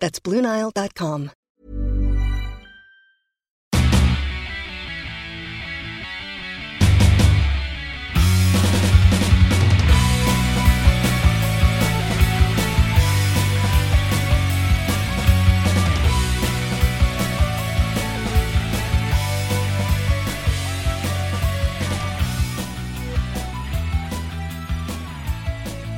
That's BlueNile.com.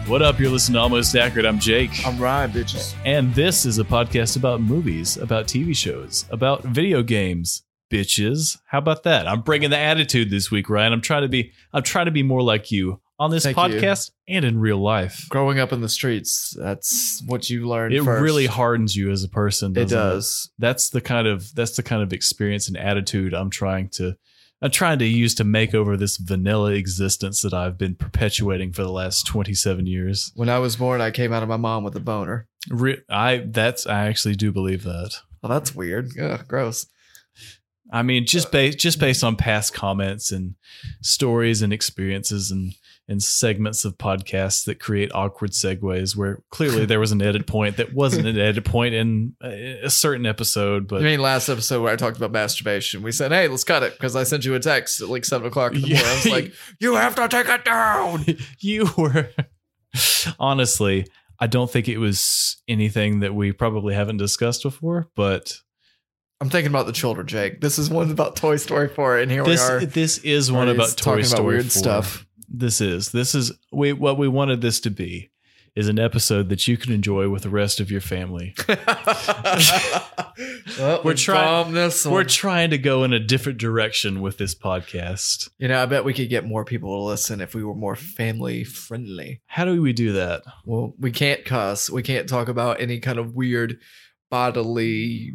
What up? You're listening to Almost Accurate. I'm Jake. I'm Ryan, bitches. and this is a podcast about movies, about TV shows, about video games, bitches. How about that? I'm bringing the attitude this week, Ryan. I'm trying to be I'm trying to be more like you on this Thank you. podcast and in real life. Growing up in the streets, that's what you learn. It first. really hardens you as a person. It doesn't does. That's the kind of that's the kind of experience and attitude I'm trying to I'm trying to use to make over this vanilla existence that I've been perpetuating for the last 27 years. When I was born, I came out of my mom with a boner. Re- I that's I actually do believe that. Well, Oh, that's weird. Ugh, gross. I mean, Uh, just based just based on past comments and stories and experiences and and segments of podcasts that create awkward segues, where clearly there was an edit point that wasn't an edit point in a, a certain episode, I but mean, last episode where I talked about masturbation, we said, "Hey, let's cut it," because I sent you a text at like seven o'clock in the Yeah. morning. I was like, "You have to take it down." you were honestly. I don't think it was anything that we probably haven't discussed before, but I'm thinking about the children, Jake. This is one about Toy Story 4, and here this we are. this is one already about Toy talking about Story weird 4. stuff. This is this is we what we wanted this to be is an episode that you can enjoy with the rest of your family. well, We're we trying- bombed This We're one. trying to go in a different direction with this podcast. you know, I bet we could get more people to listen if we were more family friendly. How do we do that? Well, we can't cuss. We can't talk about any kind of weird bodily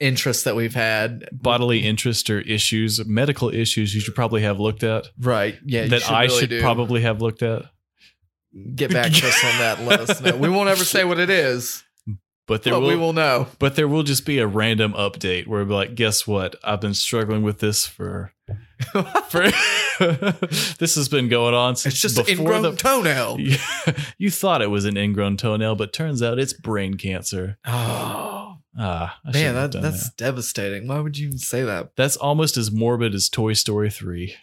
interest that we've had. Bodily interest or issues, medical issues you should probably have looked at Right. Yeah. you that I really should do. probably have looked at. get back to us on that. Let us know. We won't ever say what it is, But there but will, we will know. but there will just be a random update where we'll be like, guess what? I've been struggling with this for for this has been going on since It's just an before ingrown the toenail. you, you thought it was an ingrown toenail, but turns out it's brain cancer. Oh. Ah, I Man, shouldn't have that, done that's that. devastating. Why would you even say that? that's almost as morbid as Toy Story three,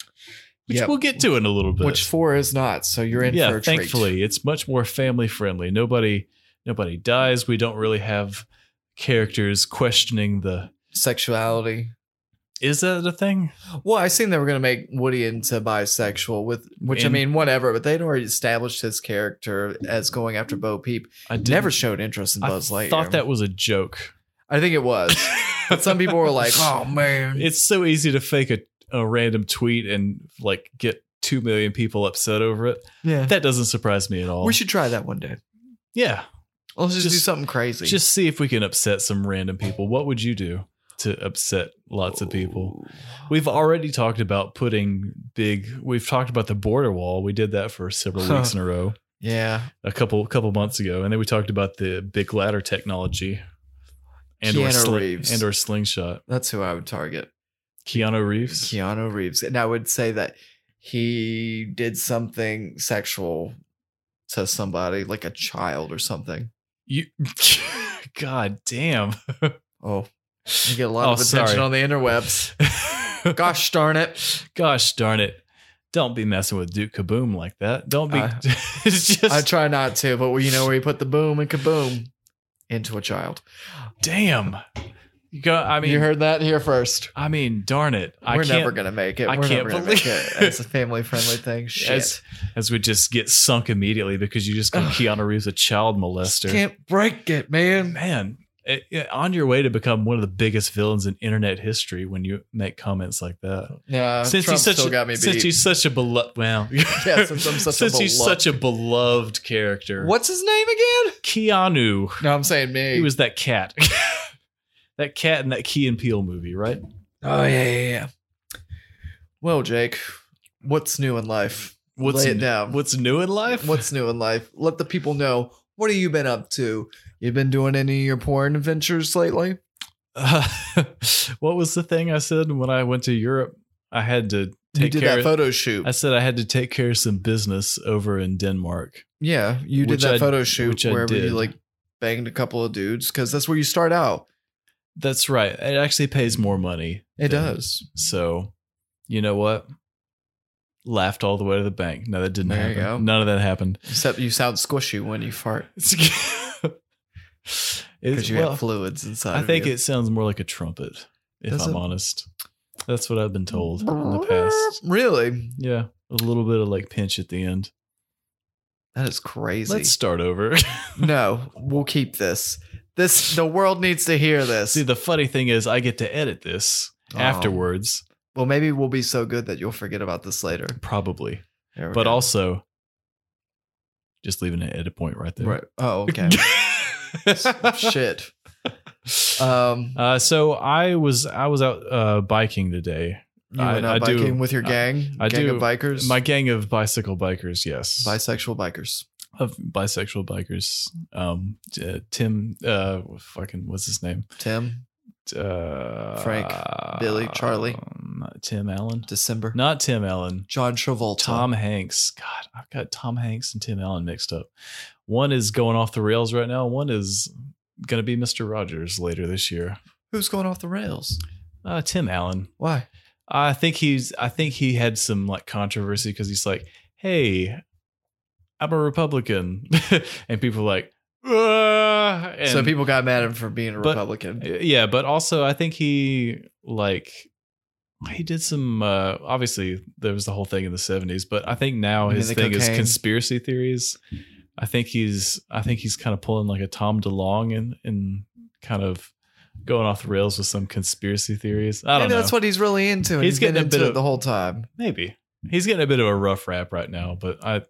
which Yep. we'll get to in a little bit. Which four is not, so you're in yeah, for a treat. thankfully, it's much more family friendly. Nobody, nobody dies. We don't really have characters questioning the. Sexuality. Is that a thing? Well, I seen they were gonna make Woody into bisexual with which I And- mean, whatever, but they'd already established his character as going after Bo Peep. I didn't- Never showed interest in I Buzz Lightyear. thought that was a joke. I think it was. but some people were like, Oh man. it's so easy to fake a, a random tweet and like get two million people upset over it. yeah. That doesn't surprise me at all. we should try that one day. yeah, Let's just, do Just- something crazy. just see if we can upset some random people. What would you do to upset lots of people? We've already talked about putting big. We've talked about the border wall. We did that for several weeks in a row, Yeah. a couple couple months ago, and then we talked about the big ladder technology, and or Keanu sli- Reeves. and or slingshot. That's who I would target. Keanu Reeves. Keanu Reeves. And I would say that he did something sexual to somebody, like a child or something. You, God damn. Oh, you get a lot Oh, of attention sorry. on the interwebs. Gosh darn it. Gosh darn it. Don't be messing with Duke Kaboom like that. Don't be. I- it's just. I try not to, but you know where you put the boom and kaboom into a child. damn. You go. I mean, you heard that here first. I mean, darn it. I We're can't, never gonna make it. I We're can't never gonna believe- make it. It's a family friendly thing. Shit. As, as we just get sunk immediately because you just called Ugh. Keanu Reeves a child Just molester. can't break it, man. Man, it- it- on your way to become one of the biggest villains in internet history when you make comments like that. Yeah, since Uh, Trump he's such still a, got me since beat. he's such a beloved well Yeah, since I'm such a since he's beloved- such a beloved character What's his name again? keanu No, I'm saying me. he was that cat that cat in that Key and Peele movie, right? Oh yeah, yeah, yeah. Well, Jake, what's new in life? What's Lay it n- down. What's new in life? What's new in life? Let the people know. What have you been up to? You been doing any of your porn adventures lately? Uh, what was the thing I said when I went to Europe? I had to you take did care. that photo shoot. I said I had to take care of some business over in Denmark. yeah, you did Which that I- photo shoot which I where you did. like banged a couple of dudes because that's where you start out. That's right. It actually pays more money. It than- does. So, you know what? Laughed all the way to the bank. No, that didn't There you happen. go. None of that happened. Except you sound squishy when you fart It's- because you well, have fluids inside. I of think you. it sounds more like a trumpet, if Does I'm it? honest. That's what I've been told in the past. Really, Yeah. A little bit of like pinch at the end. that is crazy. Let's start over. no, we'll keep this. This the world needs to hear this. See, the funny thing is, I get to edit this Oh. afterwards, well, maybe we'll be so good that you'll forget about this later. probably, There we but go. also just leaving an edit point right there. right. Oh, okay. Shit. Um, uh, so I was I was out uh, biking today. you I- went out I do- biking with your I- gang. I gang do- of bikers. My gang of bicycle bikers, yes, bisexual bikers. of bisexual bikers. Um, uh, Tim, uh, fucking, what's his name? Tim, Uh, Frank, Billy, Charlie. um, Tim Allen, December. not Tim Allen. John Travolta. Tom Hanks. God, I've got Tom Hanks and Tim Allen mixed up. One is going off the rails right now. One is going to be Mr. Rogers later this year. Who's going off the rails? Uh, Tim Allen. Why? I think he's. I think he had some like controversy because he's like, "Hey, I'm a Republican," and people are like, "Ah," and, so people got mad at him for being a but- Republican. Yeah, but also I think he like he did some uh obviously there was the whole thing in the 70s, but I think now You mean his the thing cocaine? is conspiracy theories. I think he's I think he's kind of pulling like a Tom DeLong and and kind of going off the rails with some conspiracy theories. I don't maybe know. that's what he's really into. And he's, He's getting getting a into bit it of- the whole time. Maybe. He's getting a bit of a rough rap right now, but I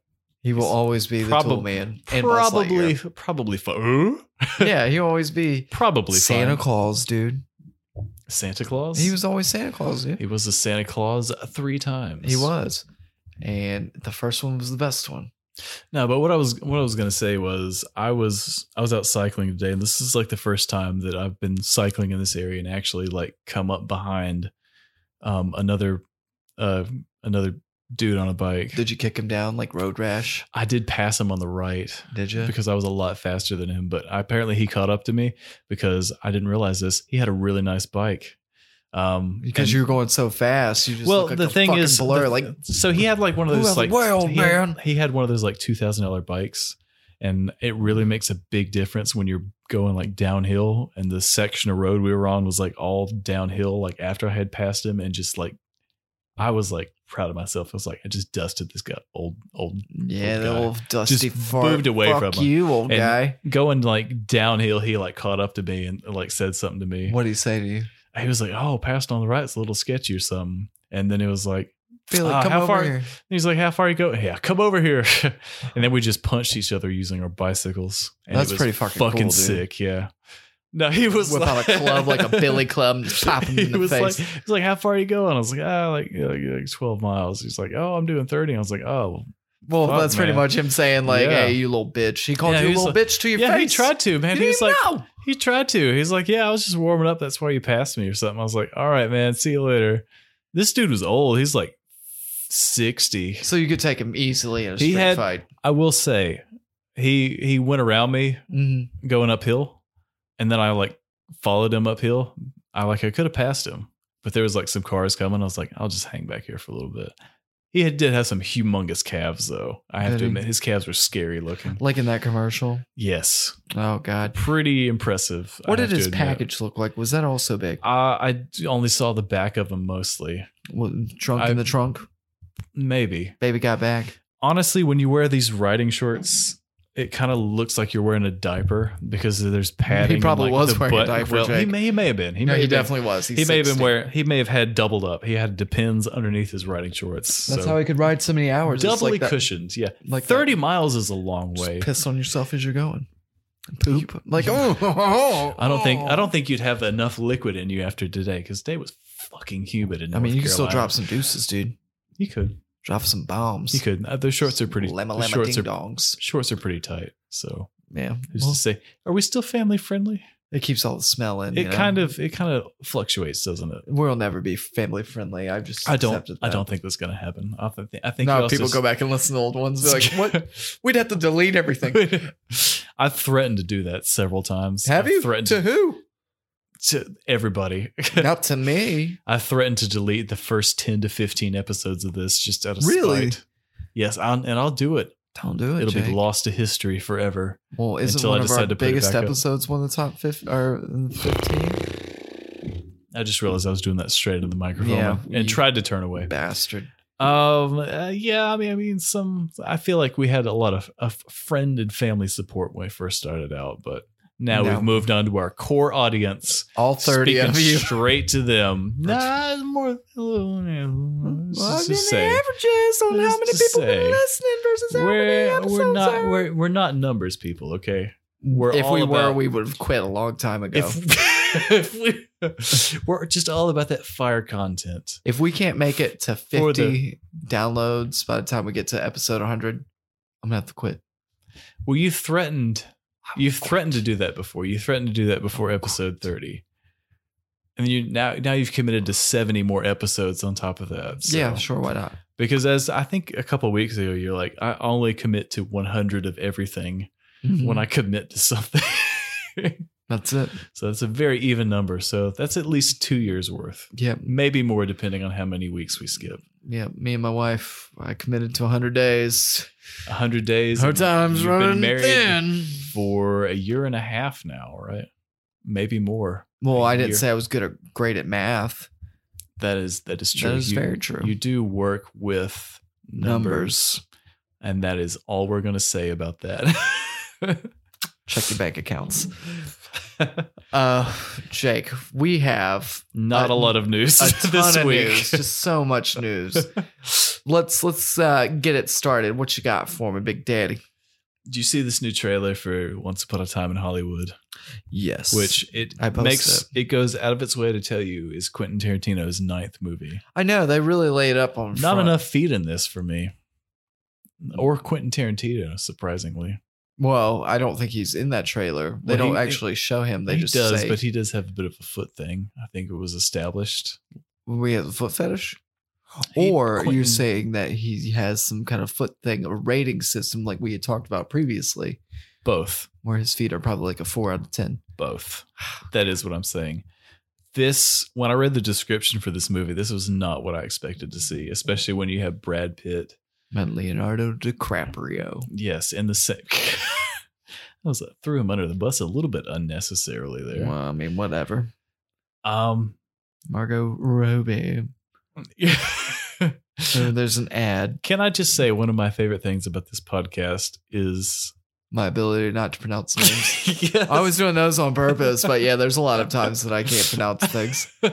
He will He's always be the tool probab- man. and Buzz probably Lightyear. probably fu- yeah, he'll always be probably Santa fine. Claus, dude. Santa Claus. He was always Santa Claus, dude. he was a Santa Claus three times. He was. And the first one was the best one. No, but what I was what I was gonna say was I was I was out cycling today, and this is like the first time that I've been cycling in this area and actually like come up behind um another uh another dude on a bike. Did you kick him down like road rash? I did pass him on the right Did you? because I was a lot faster than him, but apparently he caught up to me because I didn't realize this. He had a really nice bike. Um Because and- you were going so fast, you just well, look like the a thing fucking is, blur. the- like so he had like one of Who those in the like world, he, had- man? he had one of those like two thousand dollar bikes, and it really makes a big difference when you're going like downhill. And the section of road we were on was like all downhill. Like after I had passed him, and just like I was like proud of myself. I was like I just dusted this guy old old yeah, old the guy. old dusty Just fart. moved away Fuck from him. you, old And- guy. going like downhill. He like caught up to me and like said something to me. What did he say to you? He was like, "Oh, passed on the right's a little sketchy or something." And then it was like, Feel like Uh, come how over far- here. And He's like, "How far you go?" Yeah, come over here. and then we just punched each other using our bicycles. And it That's was pretty fucking cool, dude. sick. Yeah. No, he was Whip like, out a club like a billy club and just pop him in He the was face. like, he's like, "How far you going?" I was like, "Ah, like, yeah, like, like twelve miles." He's like, "Oh, I'm doing 30. I was like, "Oh, well, fuck, that's pretty man. much him saying like, Yeah. "Hey, you little bitch." He called Yeah, you a he was little bitch to your yeah." face. He tried to, man. You He was didn't like, know. he tried to. He's like, "Yeah, I was just warming up. That's why you passed me or something." I was like, "All right, man. See you later." This dude was old. He's like sixty. so you could take him easily in a He straight had- fight. I will say, he he went around me Mhm. going uphill and then i like followed him uphill i like i could have passed him but there was like some cars coming i was like i'll just hang back here for a little bit he had, did have some humongous calves though i have Did to he? admit his calves were scary looking Like in that commercial. yes Oh God. pretty impressive I What did have to his admit. package look like? Was that also big? uh, i d- only saw the back of him mostly Well, drunk I- in the trunk. maybe Baby got back. honestly when you wear these riding shorts it kind of looks like you're wearing a diaper because there's padding. and, probably like, was the wearing a butt- diaper, Well, he Jake. may, he may have been. He no, may he have been. definitely was. He's he may have been 60. wearing he may have had doubled up. He had depends underneath his riding shorts. That's so how he could ride so many hours. It's doubly like that- cushioned. Yeah. like Thirty that. miles is a long Just way. piss on yourself as you're going. poop. Like, oh, I don't think I don't think you'd have enough liquid in you after today because today was fucking humid. In I mean, North you can still Carolina. drop some deuces, dude. You could. Drop some bombs. You could. Uh, Those shorts are pretty. Lemma the lemma shorts are ding dongs. shorts are pretty tight. So Yeah, who's Well, to say? Are we still family friendly? it keeps all the smell in. it kind of it kind of fluctuates, doesn't it? We'll never be family friendly. I've just I don't. accepted I that. don't think that's going to happen. I think. I think. no, it people also- go back and listen to old ones. They're like, what? We'd have to delete everything. I threatened to do that several times. Have I you? threatened To to, who? to everybody? Not to me. I threatened to delete the first ten to fifteen episodes of this just out of Really? spite. Yes, i and I'll do it. Don't do it. It'll be Jake. lost to history forever. Well, isn't until I one of decide our to put it biggest back up. episodes one of the top fifty or fifteen? I just realized I was doing that straight into the microphone Yeah, and, and you- tried to turn away. Bastard. Um. uh, yeah. I mean. I mean. Some. I feel like we had a lot of, of friend and family support when we first started out, but now No. we've moved on to our core audience. All thirty Speaking of you. straight to them. nah, more. Let's just say averages on Let's just say, listening versus we're we're not we're we're not numbers people. Okay. We're if all we were, about- we would have quit a long time ago. If, If, if we we're just all about that fire content. we can't make it to For the- fifty downloads by the time we get to episode one hundred, I'm gonna have to quit. Well, you threatened. You threatened to do that before. You threatened to do that before episode thirty, and you now now you've committed to seventy more episodes on top of that. So- yeah, sure, why not? Because as I think a couple weeks ago, you're like, I only commit to one hundred of everything Hmm. when I commit to something. Mm-hmm. That's it. so that's a very even number. So that's at least two years worth, Yeah, maybe more, depending on how many weeks we skip. yeah. Me and my wife, I committed to hundred days. hundred days. Her and time's you've been running married thin. for a year and a half now, right? Maybe more. Well, I didn't You're- say I was good or great at math. That is that is That true. is you, very true. You do work with numbers, and that is all we're going to say about that. Check your bank accounts. Uh, Jake, we have Not A- a lot of news a ton this of week. news. Just so much news. let's let's uh, get it started. What you got for me, Big Daddy? Do you see this new trailer for Once Upon a Time in Hollywood? Yes. Which it I posted makes it goes out of its way to tell you is Quentin Tarantino's ninth movie. I know they really laid up on. Not front. enough feet in this for me. Or Quentin Tarantino, surprisingly. Well, I don't think he's in that trailer. They Well, don't he- actually show him. They he just does, say but he does have a bit of a foot thing. I think it was established. we have a foot fetish. He- or Quentin- you're saying that he has some kind of foot thing, a rating system like we had talked about previously, both. where his feet are probably like a four out of ten. Both. That is what I'm saying. This when I read the description for this movie, this was not what I expected to see, especially when you have Brad Pitt And Leonardo DiCaprio. Yes, in the same. I was uh, threw him under the bus a little bit unnecessarily there. Well, I mean, whatever. Um, Margot Robbie. So there's an ad. can I just say one of my favorite things about this podcast is My ability not to pronounce names. yes. I was doing those on purpose, but yeah, there's a lot of times that I can't pronounce things. I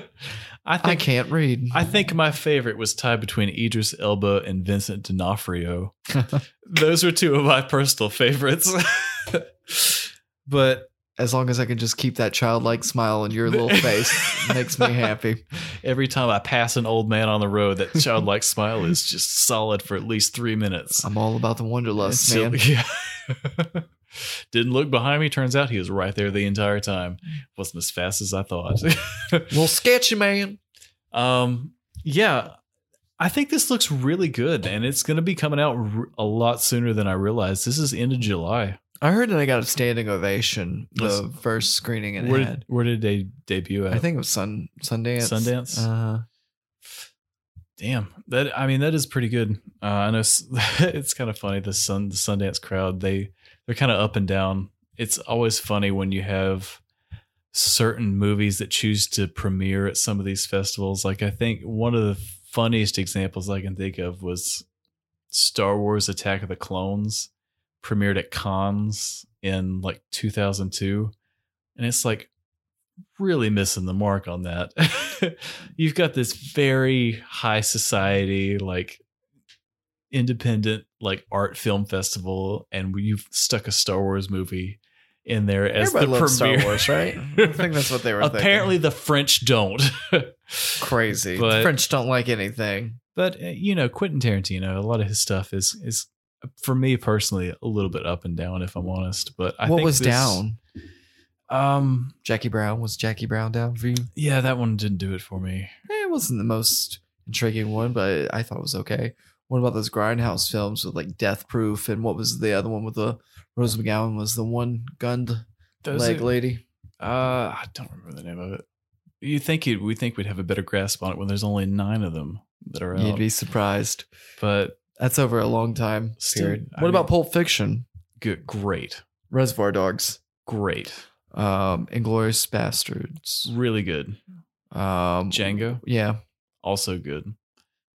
I think can't read. I think my favorite was tied between Idris Elba and Vincent D'Onofrio. Those were two of my personal favorites. but As long as I can just keep that childlike smile on your little face, it makes me happy. Every time I pass an old man on the road, that childlike smile is just solid for at least three minutes. I'm all about the wanderlust, Until- man. yeah. Didn't look behind me. Turns out he was right there the entire time. Wasn't as fast as I thought. Well, sketchy man. um, yeah, I think this looks really good, and it's going to be coming out r- a lot sooner than I realized. This is end of July. I heard that I got a standing ovation the Listen. first screening it Where had. did, where did they debut at? I think it was Sun Sundance. Sundance? Uh, Damn, that I mean that is pretty good. Uh, I know s- it's kind of funny the Sun the Sundance crowd they they're kind of up and down. It's always funny when you have certain movies that choose to premiere at some of these festivals. Like I think one of the funniest examples I can think of was Star Wars: Attack of the Clones premiered at Cannes in like 2002, and it's like really missing the mark on that. You've got this very high society, like independent, like art film festival, and you've stuck a Star Wars movie in there as Everybody the loves premiere. Star Wars, right? I think that's what they were Apparently, the French don't. thinking. crazy. but- the French don't like anything. but uh, you know, Quentin Tarantino, a lot of his stuff is is for me personally a little bit up and down, if I'm honest. But I what think was this- down? Um, Jackie Brown was Jackie Brown down for you? yeah, that one didn't do it for me. Eh, It wasn't the most intriguing one, but I thought it was okay. What about those grindhouse films with like Death Proof and what was the other one with the Rose McGowan was the one gunned Those leg are- lady? Uh, I don't remember the name of it. You think you'd, we think we'd have a better grasp on it when there's only nine of them that are You'd out, be surprised. but That's over a long time Still, period. I What about mean- Pulp Fiction? good, great, Reservoir Dogs, great, um, Inglorious Bastards, really good. um, Django, Yeah, also good.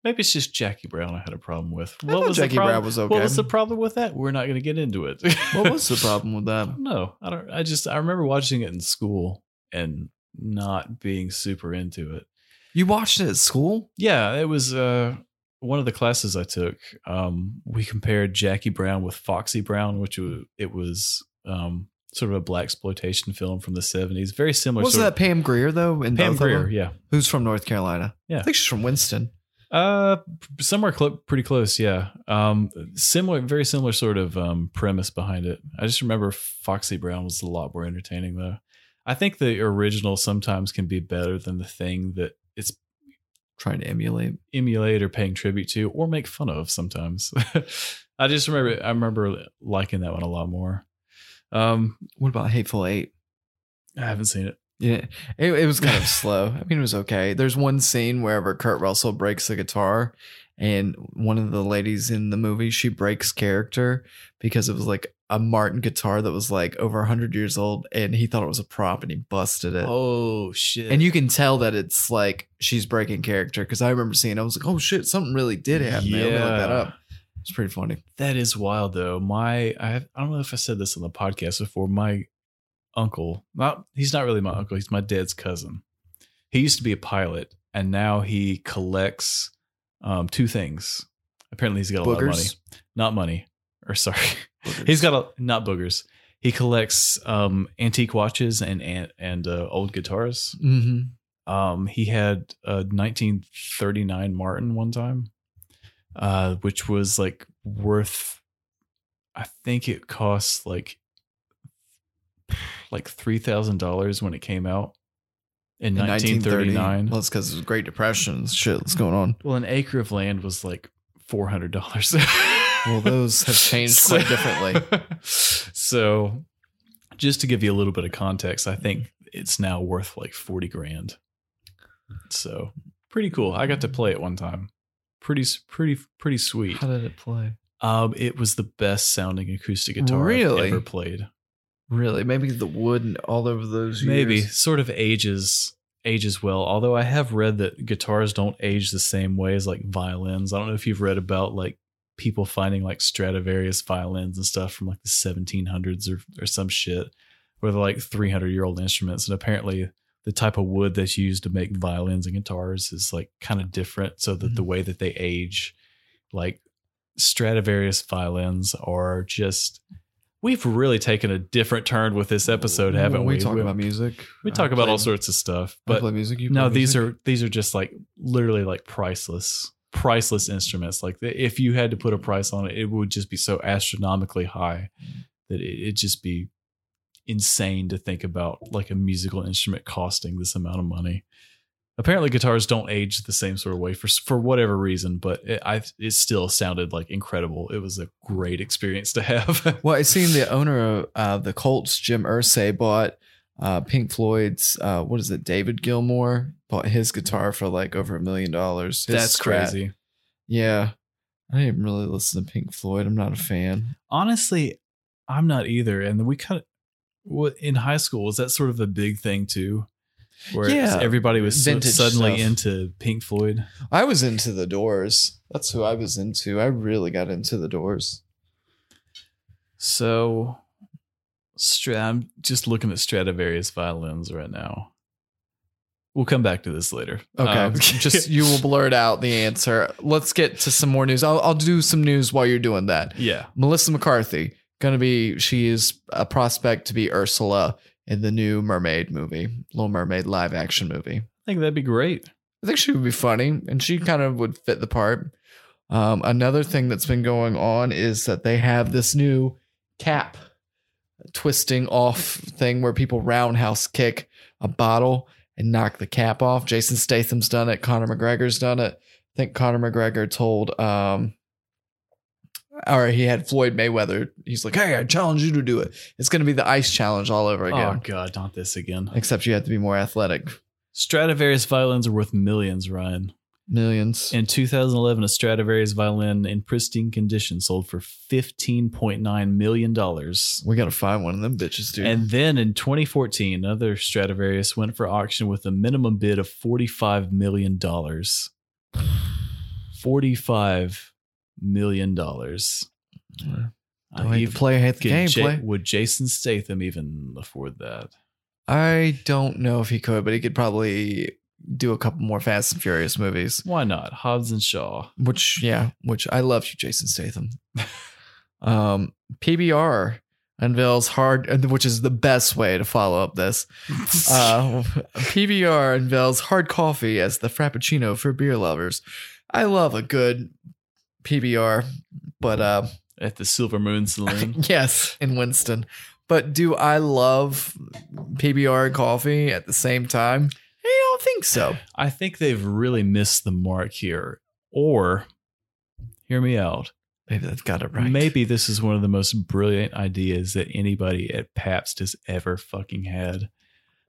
Maybe it's just Jackie Brown I had a problem with. I thought Jackie the problem? Brown was okay. What was the problem with that? We're not going to get into it. what was the problem with that? No, I don't. I just I remember watching it in school and not being super into it. You watched it at school? Yeah, it was uh, one of the classes I took. Um, we compared Jackie Brown with Foxy Brown, which was, it was um, sort of a black exploitation film from the seventies, very similar. Was sort that Pam Greer though? In of, Pam both of them? Grier? Yeah, who's from North Carolina? Yeah. I think she's from Winston. Uh, somewhere cl- pretty close. Yeah. Um, similar, very similar sort of um premise behind it. I just remember Foxy Brown was a lot more entertaining though. I think the original sometimes can be better than the thing that it's Trying to emulate. emulate or paying tribute to or make fun of sometimes. I just remember I remember liking that one a lot more. Um, What about Hateful Eight? I haven't seen it. Yeah, it, it was kind of slow. I mean, it was okay. There's one scene wherever Kurt Russell breaks the guitar, and one of the ladies in the movie she breaks character because it was like a Martin guitar that was like over 100 years old, and he thought it was a prop, and he busted it. Oh shit. And you can tell that it's like she's breaking character because I remember seeing. it, I was like, "Oh shit, something really did happen." there. Let me look that Yeah. up. It's pretty funny. That is wild though. My I have, I don't know if I said this on the podcast before. My uncle, not he's not really my uncle, he's my dad's cousin. He used to be a pilot and now he collects um two things. Apparently he's got a lot of money. Boogers? Not money. Or sorry. He's got a not boogers. He collects um antique watches and and, and uh, old guitars. hmm Um, he had a 1939 Martin one time, uh, which was like worth, I think it cost like like three thousand dollars when it came out in, 1939. Well, it's because of the Great Depression and shit that's going on. Well, an acre of land was like four hundred dollars. Well, those have changed quite differently. So, just to give you a little bit of context, I think it's now worth like 40 grand. So, pretty cool. I got to play it one time. Pretty s- pretty pretty sweet. How did it play? Um it was the best sounding acoustic guitar Really? I've ever played. Really? Maybe the wood and all over those years. Maybe sort of ages ages well, although I have read that guitars don't age the same way as like violins. I don't know if you've read about like people finding like Stradivarius violins and stuff from like the 1700s or or some shit where they're like 300 year old instruments and apparently the type of wood that's used to make violins and guitars is like kind of different so that the Mm-hmm. way that they age like Stradivarius violins are just we've really taken a different turn with this episode, haven't we? We talk about music. We I talk about play- all sorts of stuff, I play but music. You no, play these music? are these are just like literally like priceless, priceless instruments. Like the, if you had to put a price on it, it would just be so astronomically high that it, it'd just be insane to think about like a musical instrument costing this amount of money. Apparently, guitars don't age the same sort of way for s- for whatever reason, but it, I it still sounded like incredible. It was a great experience to have. Well, I seen the owner of uh, the Colts, Jim Ursay, bought uh, Pink Floyd's, uh, what is it, David Gilmour, bought his guitar for like over a million dollars. His That's Strat. crazy. Yeah. I didn't really listen to Pink Floyd. I'm not a fan. honestly, I'm not either. And we kind of what in high school was that sort of a big thing too, where Yeah. everybody was so- Vintage suddenly stuff. into Pink Floyd. I was into the Doors. That's who I was into. I really got into the Doors. So, Stra- I'm just looking at Stradivarius violins right now. We'll come back to this later. Okay. Um, Just you will blurt out the answer. Let's get to some more news. I'll, I'll do some news while you're doing that. yeah. Melissa McCarthy gonna be she is a prospect to be Ursula in the new Mermaid movie, Little Mermaid live action movie. I think that'd be great. I think she would be funny, and she kind of would fit the part. Um, another thing that's been going on is that they have this new cap twisting off thing where people roundhouse kick a bottle and knock the cap off. Jason Statham's done it. Conor McGregor's done it. I think Conor McGregor told, um, or he had Floyd Mayweather. He's like, "Hey, I challenge you to do it. It's going to be the ice challenge all over Oh again, God, not this again. except you have to be more athletic." Stradivarius violins are worth millions, Ryan. Millions. In 2011, a Stradivarius violin in pristine condition sold for 15.9 million dollars. we got to find one of them bitches, dude. And then in 2014, another Stradivarius went for auction with a minimum bid of 45 million dollars. 45 million dollars. Do I need to play half the game. play. would Jason Statham even afford that? I don't know if he could, but he could probably do a couple more Fast and Furious movies. Why not? Hobbs and Shaw. Which, yeah, which I love you, Jason Statham. um, PBR unveils hard, which is the best way to follow up this. Uh, PBR unveils hard coffee as the frappuccino for beer lovers. I love a good PBR, but uh, At the Silver Moon Saloon. Yes, in Winston. But do I love PBR and coffee at the same time? I don't think so. I think they've really missed the mark here. Or, hear me out. Maybe that's got it Maybe this is one of the most brilliant ideas that anybody at Pabst has ever fucking had.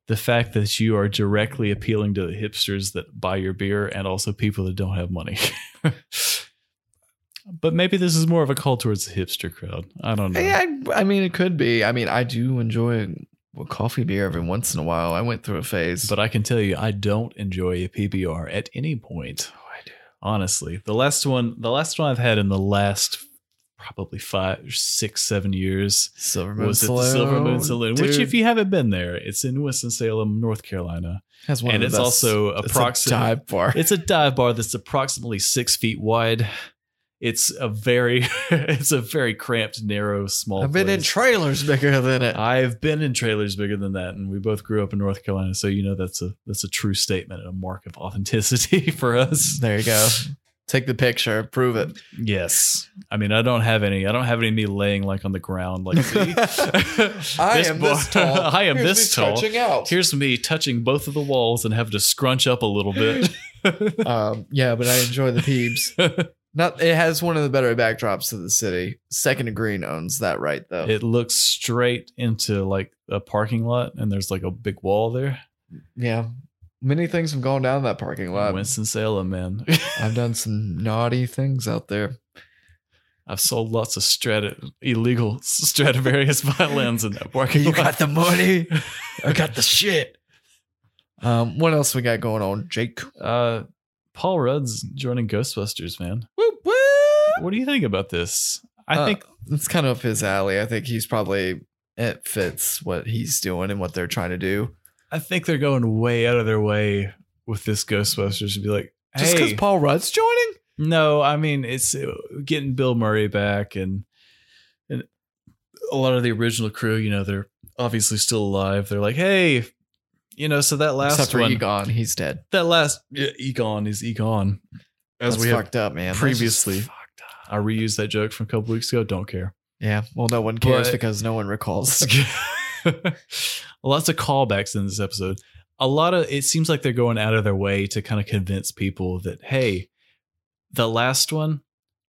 The fact that you are directly appealing to the hipsters that buy your beer and also people that don't have money. but maybe this is more of a call towards the hipster crowd. I don't know. Yeah, I, I mean, it could be. I mean, I do enjoy a coffee beer every once in a while. I went through a phase. But I can tell you, I don't enjoy a PBR at any point. Oh, I do. Honestly, the last one, the last one I've had in the last probably five, six, seven years Silver Moon was Saloon, at the Silver Moon Saloon. Which, dude, if you haven't been there, it's in Winston Salem, North Carolina, has one and of it's the best- also it's a approximately dive bar. it's a dive bar that's approximately six feet wide. It's a very, it's a very cramped, narrow, small. I've been in place. trailers bigger than it. I've been in trailers bigger than that, and we both grew up in North Carolina, so you know that's a that's a true statement and a mark of authenticity for us. there you go. Take the picture. Prove it. Yes, I mean I don't have any. I don't have any of me laying like on the ground like. see? I This am boy- this tall. I am Here's this me tall. Stretching out. Here's me touching both of the walls and having to scrunch up a little bit. um, yeah, but I enjoy the peeps. Not it has one of the better backdrops to the city. Second and Green owns that right though. it looks straight into like a parking lot, and there's like a big wall there. yeah. Many things have gone down that parking lot. Winston Salem, man. I've done some naughty things out there. I've sold lots of Strata illegal Stradivarius violins in that parking lot. the money. I got the shit. Um, what else we got going on, Jake? Uh, Paul Rudd's joining Ghostbusters, man. Whoop whoop. What do you think about this? I Uh, think it's kind of up his alley. I think he's probably it fits what he's doing and what they're trying to do. I think they're going way out of their way with this Ghostbusters to be like, Just because hey, Paul Rudd's joining? no, I mean it's uh, getting Bill Murray back and and a lot of the original crew. You know, they're obviously still alive. They're like, hey, you know, so that Except last for one, Egon, he's dead. that last yeah, Egon is Egon, as That's we have fucked up, man. That's previously. just fucked up. I reused that joke from a couple weeks ago. Don't care. Yeah. Well, no one cares But- because no one recalls. Lots of callbacks in this episode. A lot of it seems like they're going out of their way to kind of convince people that, hey, the last one,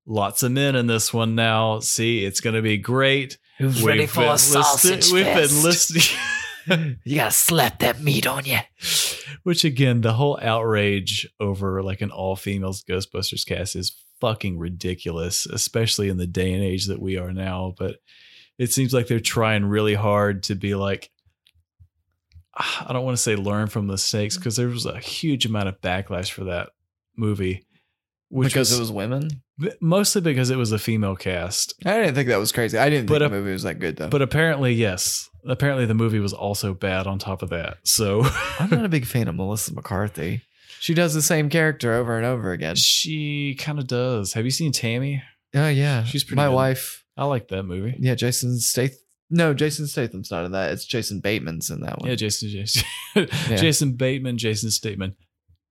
lots of men in this one now. See, it's going to be great. Who's ready for been a sausage We've been fest? listening. You gotta slap that meat on you. Which again, the whole outrage over like an all females Ghostbusters cast is fucking ridiculous, especially in the day and age that we are now. But it seems like they're trying really hard to be like, I don't want to say learn from the mistakes because there was a huge amount of backlash for that movie, which because was, it was women. mostly because it was a female cast. I didn't think that was crazy. I didn't But think a- the movie was that good though. But apparently, yes, apparently the movie was also bad on top of that. So. I'm not a big fan of Melissa McCarthy. She does the same character over and over again. She kind of does. Have you seen Tammy? Oh yeah, She's pretty my good. wife. I like that movie. Yeah, Jason Statham. No, Jason Statham's not in that. It's Jason Bateman's in that one. Yeah, Jason Jason, Jason Bateman, Jason Statham,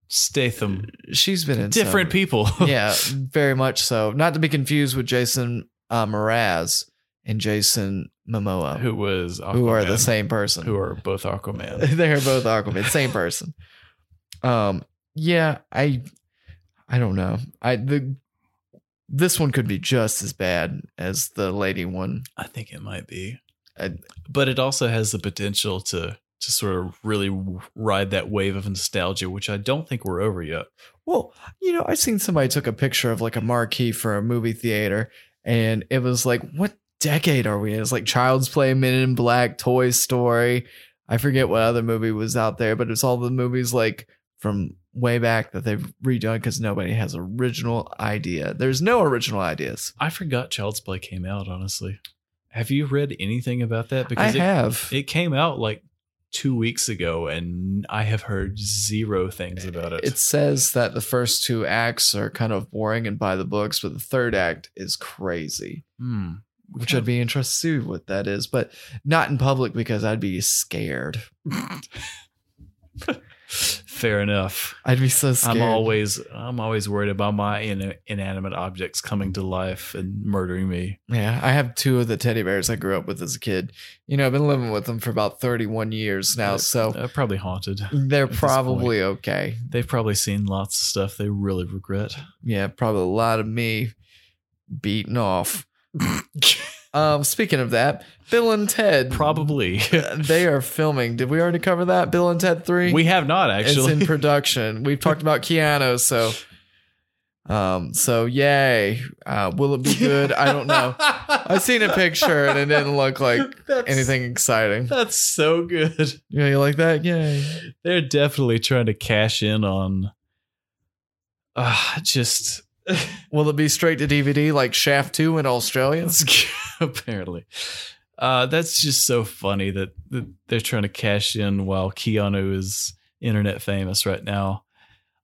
Statham. She's been in Different some- people. yeah, very much so. Not to be confused with Jason uh, Mraz and Jason Momoa, who was Aquaman, who are the same person. Who are both Aquaman? they are both Aquaman, same person. Um, yeah, I, I don't know. I the this one could be just as bad as the lady one. I think it might be, I- but it also has the potential to to sort of really ride that wave of nostalgia, which I don't think we're over yet. Well, you know, I seen somebody took a picture of like a marquee for a movie theater, and it was like, what decade are we in? It's like Child's Play, Men in Black, Toy Story. I forget what other movie was out there, but it's all the movies like from way back that they've redone because nobody has original idea. There's no original ideas. I forgot Child's Play came out. Honestly, have you read anything about that? I it, have. it came out like two weeks ago, and I have heard zero things about it. It says that the first two acts are kind of boring and by the books, but the third act is crazy. Hmm. which I'd be interested to see what that is, but not in public because I'd be scared. Fair enough. I'd be so scared. I'm always I'm always worried about my in, inanimate objects coming to life and murdering me. yeah. I have two of the teddy bears I grew up with as a kid. You know, I've been living with them for about 31 years now, They're- so they're probably haunted. they're at this probably okay. They've probably seen lots of stuff they really regret. Yeah, probably a lot of me beaten off. um, speaking of that, Bill and Ted. uh, Probably. They are filming. Did we already cover that? Bill and Ted 3? we have not actually. It's in production. We've talked about Keanu, so um, so yay. Uh, will it be good? I don't know. I've seen a picture and it didn't look like That's- anything exciting. That's so good. Yeah, you like that? Yay. They're definitely trying to cash in on uh, just Will it be straight to DVD like Shaft 2 in Australia? apparently. Uh, that's just so funny that, that they're trying to cash in while Keanu is internet famous right now.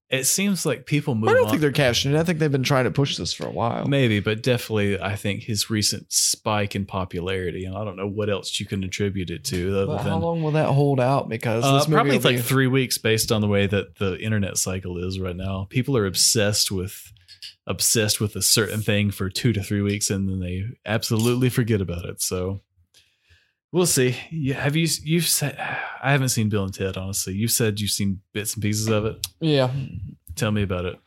It seems like people move I don't on. think they're cashing it. I think they've been trying to push this for a while. Maybe, but definitely, I think his recent spike in popularity, and I don't know what else you can attribute it to other But than how long will that hold out? Because Uh, this movie probably will be- like three weeks, based on the way that the internet cycle is right now. People are obsessed with obsessed with a certain thing for two to three weeks, and then they absolutely forget about it. So we'll see. You, have you you've said I haven't seen Bill and Ted honestly. You've said you've seen bits and pieces of it. Yeah. Tell me about it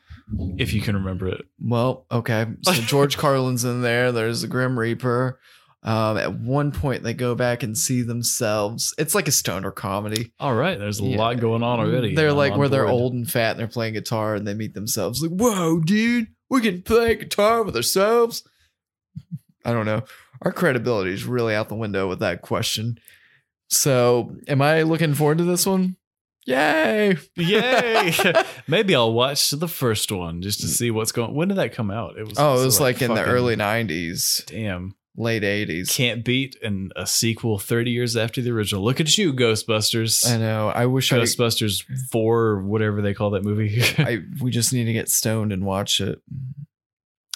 if you can remember it. Well, okay. So George Carlin's in there. There's the Grim Reaper. Um, at one point, they go back and see themselves. It's like a stoner comedy. All right, there's a Yeah. lot going on already. They're I'm like on where they're board. old and fat and they're playing guitar and they meet themselves. Like, whoa, dude, we can play guitar with ourselves. I don't know. Our credibility is really out the window with that question. So, am I looking forward to this one? Yay! Yay! Maybe I'll watch the first one just to see what's going. When did that come out? It was Oh, it was like in the fucking- early 90s, Damn, late 80s. can't beat and a sequel thirty years after the original. Look at you, I Ghostbusters. know. I wish I Ghostbusters four, or whatever they call that movie. I we just need to get stoned and watch it.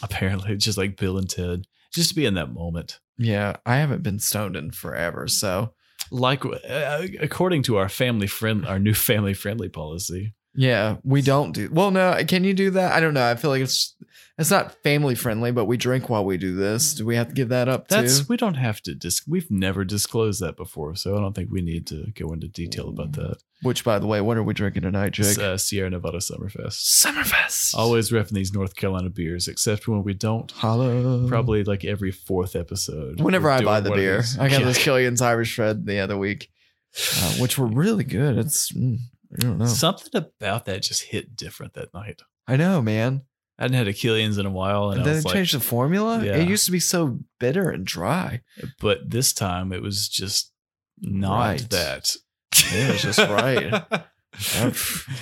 Apparently, just like Bill and Ted, just to be in that moment. Yeah, I haven't been stoned in forever, so Like uh, according to our family friend, our new family friendly policy. yeah, we don't do. Well, no, can you do that? I don't know. I feel like it's it's not family friendly, but we drink while we do this. Do we have to give that up That's too? we don't have to dis. We've never disclosed that before, so I don't think we need to go into detail about that. Which, by the way, what are we drinking tonight, Jake? It's, uh, Sierra Nevada Summerfest. Summerfest. Always repping these North Carolina beers, except when we don't. Hello. Probably like every fourth episode. Mm. Whenever we're I doing buy the one of beer, these. I got Yeah. this Killian's Irish Red the other week, uh, which were really good. It's mm, I don't know. Something about that just hit different that night. I know, man. I hadn't had a Killian's in a while, and, And I then was they like, changed the formula. Yeah. It used to be so bitter and dry. but this time it was just not Right. that. Yeah, it's just right. I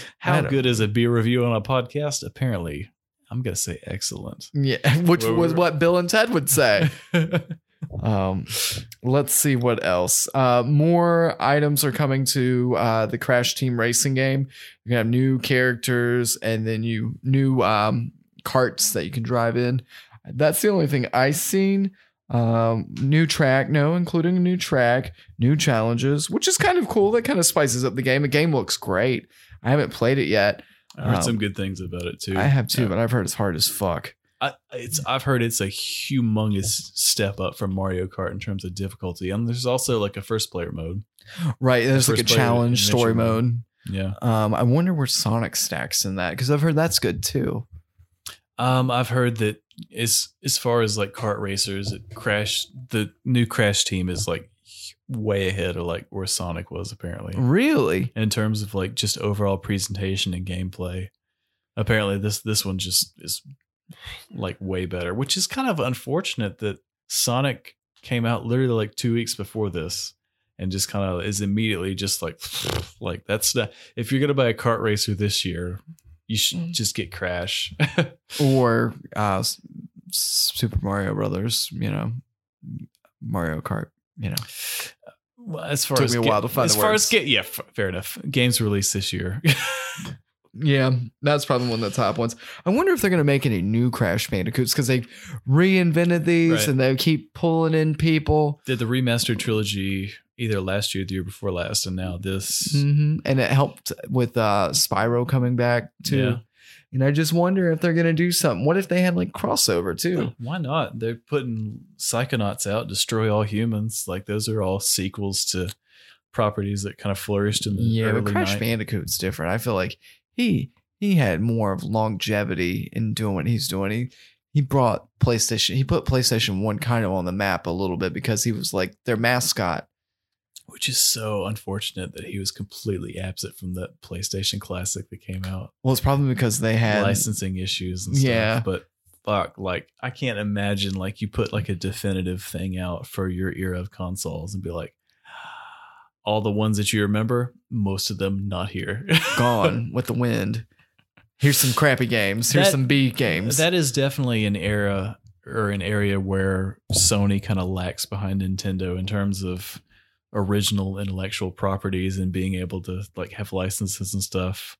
How don't- good is a beer review on a podcast? Apparently, I'm gonna say excellent. Yeah, which Where was we're- what Bill and Ted would say. um, let's see what else. Uh, more items are coming to uh, the Crash Team Racing game. You're gonna have new characters and then you new um, carts that you can drive in. That's the only thing I seen. Um, new track, no, including a new track, new challenges, which is kind of cool. That kind of spices up the game. The game looks great. I haven't played it yet. I heard Um, some good things about it too. I have too, but I've heard it's hard as fuck. I, it's I've heard it's a humongous step up from Mario Kart in terms of difficulty, and there's also like a first player mode. Right, there's like a first player challenge adventure story mode. mode. Yeah, Um, I wonder where Sonic stacks in that because I've heard that's good too. um, I've heard that as as far as like kart racers, it Crash the new Crash team is like way ahead of like where Sonic was apparently Mm. Really? in terms of like just overall presentation and gameplay. Apparently, this this one just is like way better, which is kind of unfortunate that Sonic came out literally like two weeks before this, and just kind of is immediately just like like that's not, if you're gonna buy a kart racer this year, you should just get Crash. Or uh, S- Super Mario Brothers? You know, Mario Kart. You know, Well, as far Took as me a ga- while to find as the far words. as get yeah, f- fair enough. Games released this year. yeah, that's probably one of the top ones. I wonder if they're going to make any new Crash Bandicoots because they reinvented these Right. and they keep pulling in people. Did the remastered trilogy either last year, the year before last, and now this. hmm And it helped with uh Spyro coming back too. Yeah. And I just wonder if they're going to do something. What if they had like crossover too? Why not? They're putting Psychonauts out, Destroy All Humans. Like those are all sequels to properties that kind of flourished in the Yeah, early but Crash 90s. Bandicoot's different. I feel like he he had more of longevity in doing what he's doing. He he brought PlayStation. He put PlayStation One kind of on the map a little bit because he was like their mascot. which is so unfortunate that he was completely absent from the PlayStation Classic that came out. Well, it's probably because they had Licensing issues and stuff. Yeah. But fuck, like I can't imagine like you put like a definitive thing out for your era of consoles and be like all the ones that you remember, most of them not here. gone with the wind. Here's some crappy games. Here's That- some B games. That is definitely an era or an area where Sony kind of lacks behind Nintendo in terms of original intellectual properties and being able to like have licenses and stuff,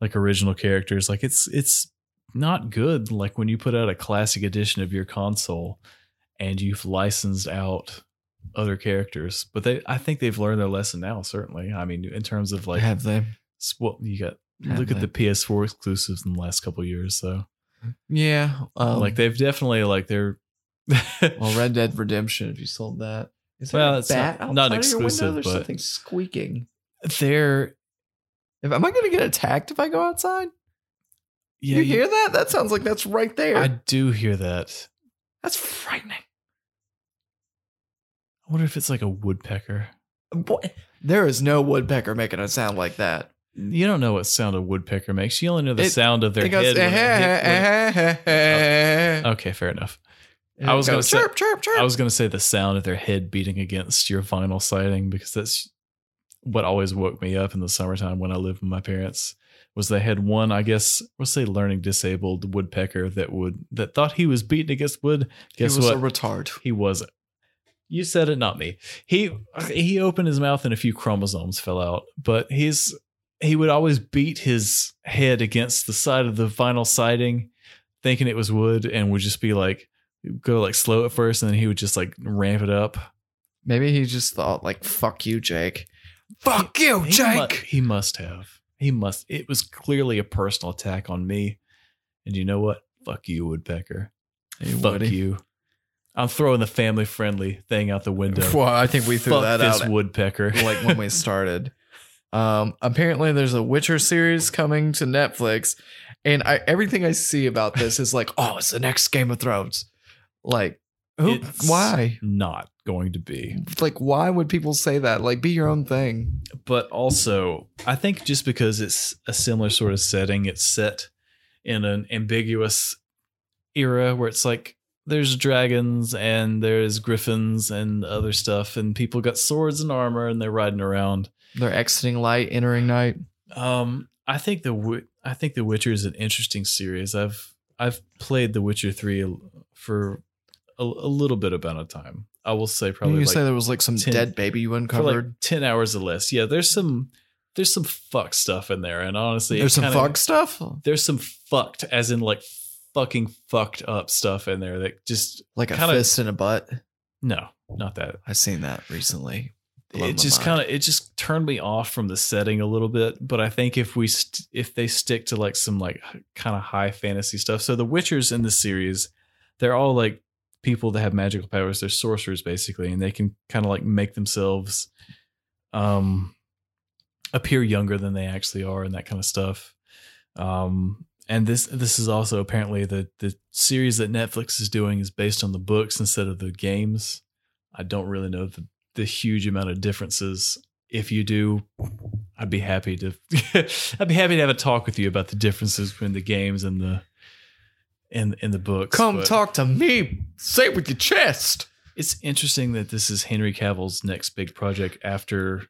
like original characters. Like it's it's not good like when you put out a classic edition of your console and you've licensed out other characters. But they I think they've learned their lesson now, certainly. I mean, in terms of like have they? s- what you got Have look at they? the PS4 exclusives in the last couple years, so Yeah. Um, like they've definitely like they're Well, Red Dead Redemption. If you sold that, is there Well, a it's not- bat not outside of your exclusive, window? There's but- something squeaking. they're If, am I going to get attacked if I go outside? yeah. you hear that? That sounds like that's right there. I do hear that. that's frightening. I wonder if it's like a woodpecker. Boy, there is no woodpecker making a sound like that. You don't know what sound a woodpecker makes. You only know the Mm. It- sound of their it head. goes. when it hit- when it- I okay, fair enough. I was gonna say- chirp, chirp, chirp. I was going to say the sound of their head beating against your vinyl siding because that's what always woke me up in the summertime when I lived with my parents. Was they had one, I guess, we'll say learning disabled woodpecker that would that thought he was beating against wood. Guess he was what? a retard. He wasn't. You said it, not me. He he opened his mouth and a few chromosomes fell out, but he's he would always beat his head against the side of the vinyl siding, thinking it was wood, and would just be like go like slow at first, and then he would just like ramp it up. Maybe he just thought like, "Fuck you, Jake." Fuck you, He mu- Jake. he must have. He must. It was clearly a personal attack on me. And you know what? Fuck you, woodpecker. Hey, Fuck Woody. you. I'm throwing the family friendly thing out the window. Well, I think we threw Fuck that this out woodpecker. like when we started. Um, apparently there's a Witcher series coming to Netflix, and I everything I see about this is like, oh, it's the next Game of Thrones. Like, who? It's why? Not going to be. Like, why would people say that? Like, be your own thing. But also, I think just because it's a similar sort of setting, it's set in an ambiguous era where it's like there's dragons and there's griffins and other stuff, and people got swords and armor and they're riding around. They're exiting light, entering night. Um, I think the Wi- I think The Witcher is an interesting series. I've I've played The Witcher three for a, a little bit amount of time. I will say probably you like say there was like some 10 dead baby you for like uncovered. 10 hours or less. Yeah, there's some there's some fuck stuff in there and honestly it There's some kinda- fuck stuff, There's some fucked as in like fucking fucked up stuff in there that just like a kinda- fist in a butt. No, not that. I've seen that recently. it just kind of it just turned me off from the setting a little bit but i think if we st- if they stick to like some like kind of high fantasy stuff so the witchers in the series they're all like people that have magical powers they're sorcerers basically and they can kind of like make themselves um appear younger than they actually are and that kind of stuff um and this this is also apparently the the series that netflix is doing is based on the books instead of the games i don't really know the the huge amount of differences. If you do, I'd be happy to I'd be happy to have a talk with you about the differences between the games and the and and the books. come but talk to me. Say it with your chest. It's interesting that this is Henry Cavill's next big project after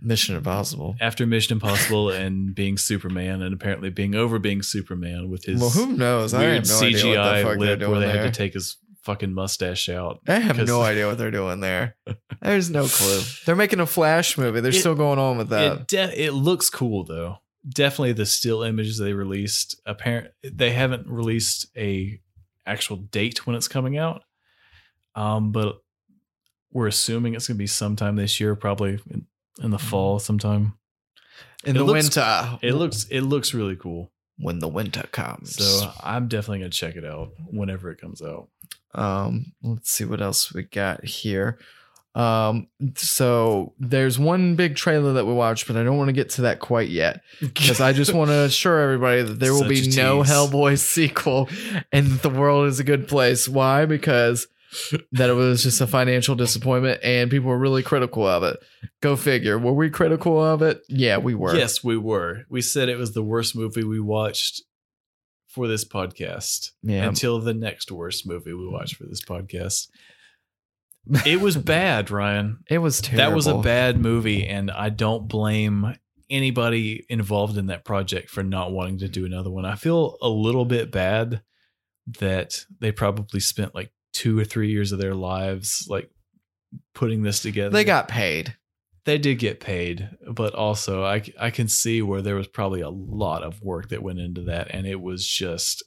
Mission Impossible. after Mission Impossible and being Superman and apparently being over being Superman with his well, who knows? I weird have no idea what the CGI fuck they're lip where doing they there. had to take his fucking mustache out. I have no because- idea what they're doing there. There's no clue. They're making a Flash movie. They're It- still going on with that. It de- it looks cool though. Definitely the still images they released. Apparent they haven't released a actual date when it's coming out, um, but we're assuming it's going to be sometime this year, probably in, in Mm-hmm. the fall sometime. In it the looks- winter. It looks it looks really cool, when the winter comes. so I'm definitely going to check it out whenever it comes out. Um, let's see what else we got here. Um, so there's one big trailer that we watched, but I don't want to get to that quite yet because I just want to assure everybody that there will Such be a no tease. Hellboy sequel and that the world is a good place. Why? Because that it was just a financial disappointment and people were really critical of it. Go figure. Were we critical of it? Yeah, we were. Yes, we were. We said it was the worst movie we watched for this podcast. Yeah. Until the next worst movie we watch for this podcast. It was bad, Ryan. It was terrible. That was a bad movie, and I don't blame anybody involved in that project for not wanting to do another one. I feel a little bit bad that they probably spent like two or three years of their lives like putting this together They got paid. they did get paid, but also I I can see where there was probably a lot of work that went into that, and it was just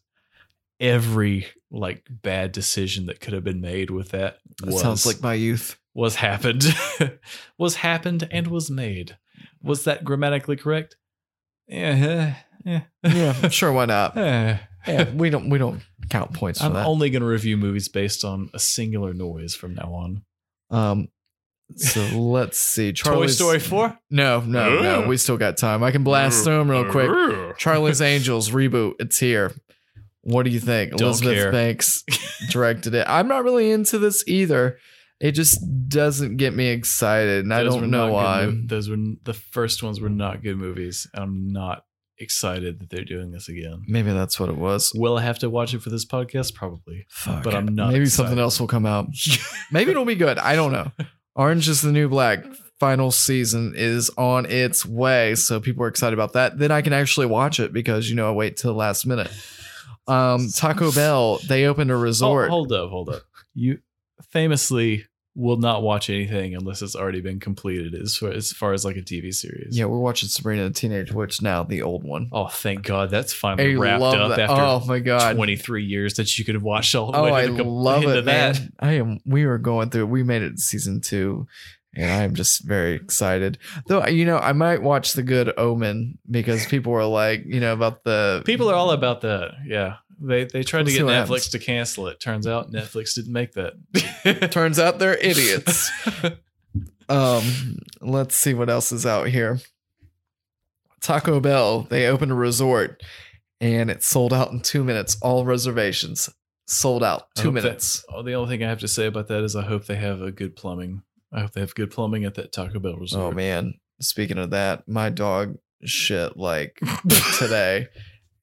every like bad decision that could have been made with that That was sounds like my youth. was happened, was happened and was made. Was that grammatically correct? Yeah, yeah, Yeah, sure. Why not? Eh. Yeah, we don't we don't count points for I'm that. only going to review movies based on a singular noise from now on. um, so let's see. Toy Charlie's- Story Four. No, no, no. We still got time. I can blast through them real quick. Charlie's Angels reboot. It's here. What do you think? Don't Elizabeth care. Banks directed it. I'm not really into this either. It just doesn't get me excited, and I Those were don't not know good why. mov- those were n- the first ones were not good movies. and I'm not excited that they're doing this again. Maybe that's what it was. Will I have to watch it for this podcast? Probably. Fuck. But I'm not Maybe excited. something else will come out. Maybe it'll be good. I don't know. Orange is the New Black final season is on its way, so people are excited about that. Then I can actually watch it because you know I wait till the last minute. Um, Taco Bell they opened a Hold, resort. Oh, hold up, hold up. You famously will not watch anything unless it's already been completed as far as, far as like a TV series. Yeah, we're watching Sabrina the Teenage Witch now, the old one. Oh, thank God. That's I finally wrapped love up that. Oh after my god. 23 years that you could have watched all the oh, way to I the com- love end it, of that. man. I am. We were going through. We made it to season two, and I am just very excited. Though you know, I might watch The Good Omen because people were like, you know, about the People are all about that. Yeah. They they tried We'll to see get what Netflix happens. to cancel it. Turns out Netflix didn't make that. Turns out they're idiots. um, let's see what else is out here. Taco Bell. They opened a resort, and it sold out in two minutes. All reservations sold out. I Two hope that- minutes. Oh, the only thing I have to say about that is I hope they have a good plumbing. I hope they have good plumbing at that Taco Bell resort. Oh man. Speaking of that, my dog shit like today.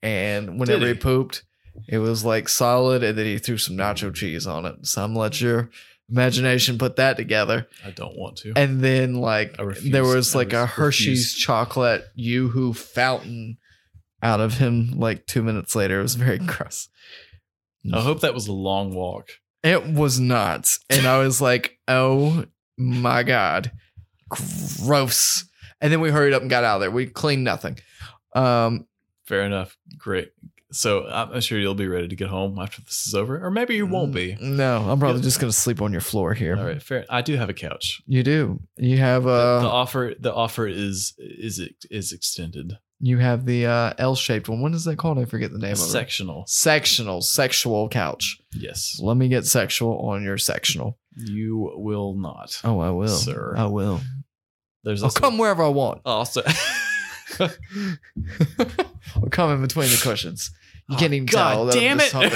And whenever Did he? he? pooped, it was like solid and then he threw some nacho cheese on it. So I'm gonna let your imagination put that together. I don't want to. And then like I refuse. there was I like a res- Hershey's refuse. chocolate Yoo-hoo fountain out of him like two minutes later. It was very gross. I hope that was a long walk. It was not. And I was like, oh my God. Gross. And then we hurried up and got out of there. We cleaned nothing. Um, Fair enough. Great. So I'm sure you'll be ready to get home after this is over, or maybe Mm, you won't be. No, I'm probably just gonna sleep on your floor here. All right, fair. I do have a couch. You do. You have The- uh, the offer, the offer is is is extended. you have the uh L-shaped one. What is that called? I forget the name of it. Sectional. Sectional, sexual couch. Yes, Let me get sexual on your sectional. you will not. Oh, I will, Sir. I will. There's I'll also, Oh, come wherever I want. Also, I'll come in between the cushions. You Oh, can't even God tell that damn I'm just it.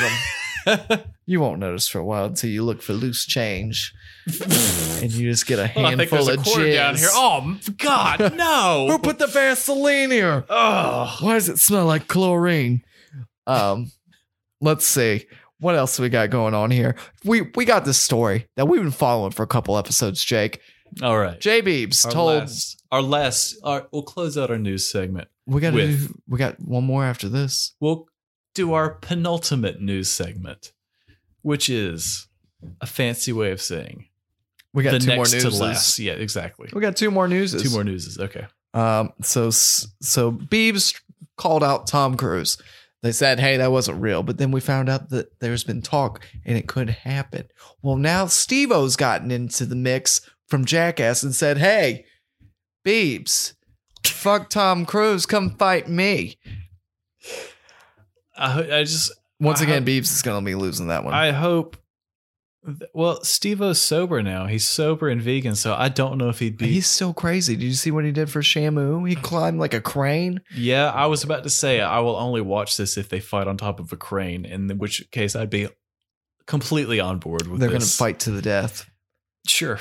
humping 'em. You won't notice for a while until you look for loose change, and you just get a Oh, I think handful there's a of quarter jizz. down here. Oh God, Who no! put the Vaseline here? oh, Why does it smell like chlorine? Um, let's see what else we got going on here. We we got this story that we've been following for a couple episodes. Jake all right. J Beebs Our told last, our last, our, we'll close out our news segment. we got with- we got one more after this. We'll do our penultimate news segment, which is a fancy way of saying We got the two more next to newses. last. Yeah, exactly. We got two more newses. Two more newses. Okay. Um, so so Beebs called out Tom Cruise. They said, "Hey, that wasn't real," but then we found out that there's been talk and it could happen. Well, now Steve-O's gotten into the mix from Jackass and said, "Hey, Beebs, fuck Tom Cruise, come fight me." I, ho- I just, Once I again, hope- Beebs is gonna be losing that one. I hope. th- Well, Steve O's sober now. He's sober and vegan, so I don't know if he'd be. He's still crazy. Did you see what he did for Shamu? He climbed like a crane. yeah, I was about to say I will only watch this if they fight on top of a crane, in which case I'd be completely on board with. They're gonna this. fight to the death. Sure.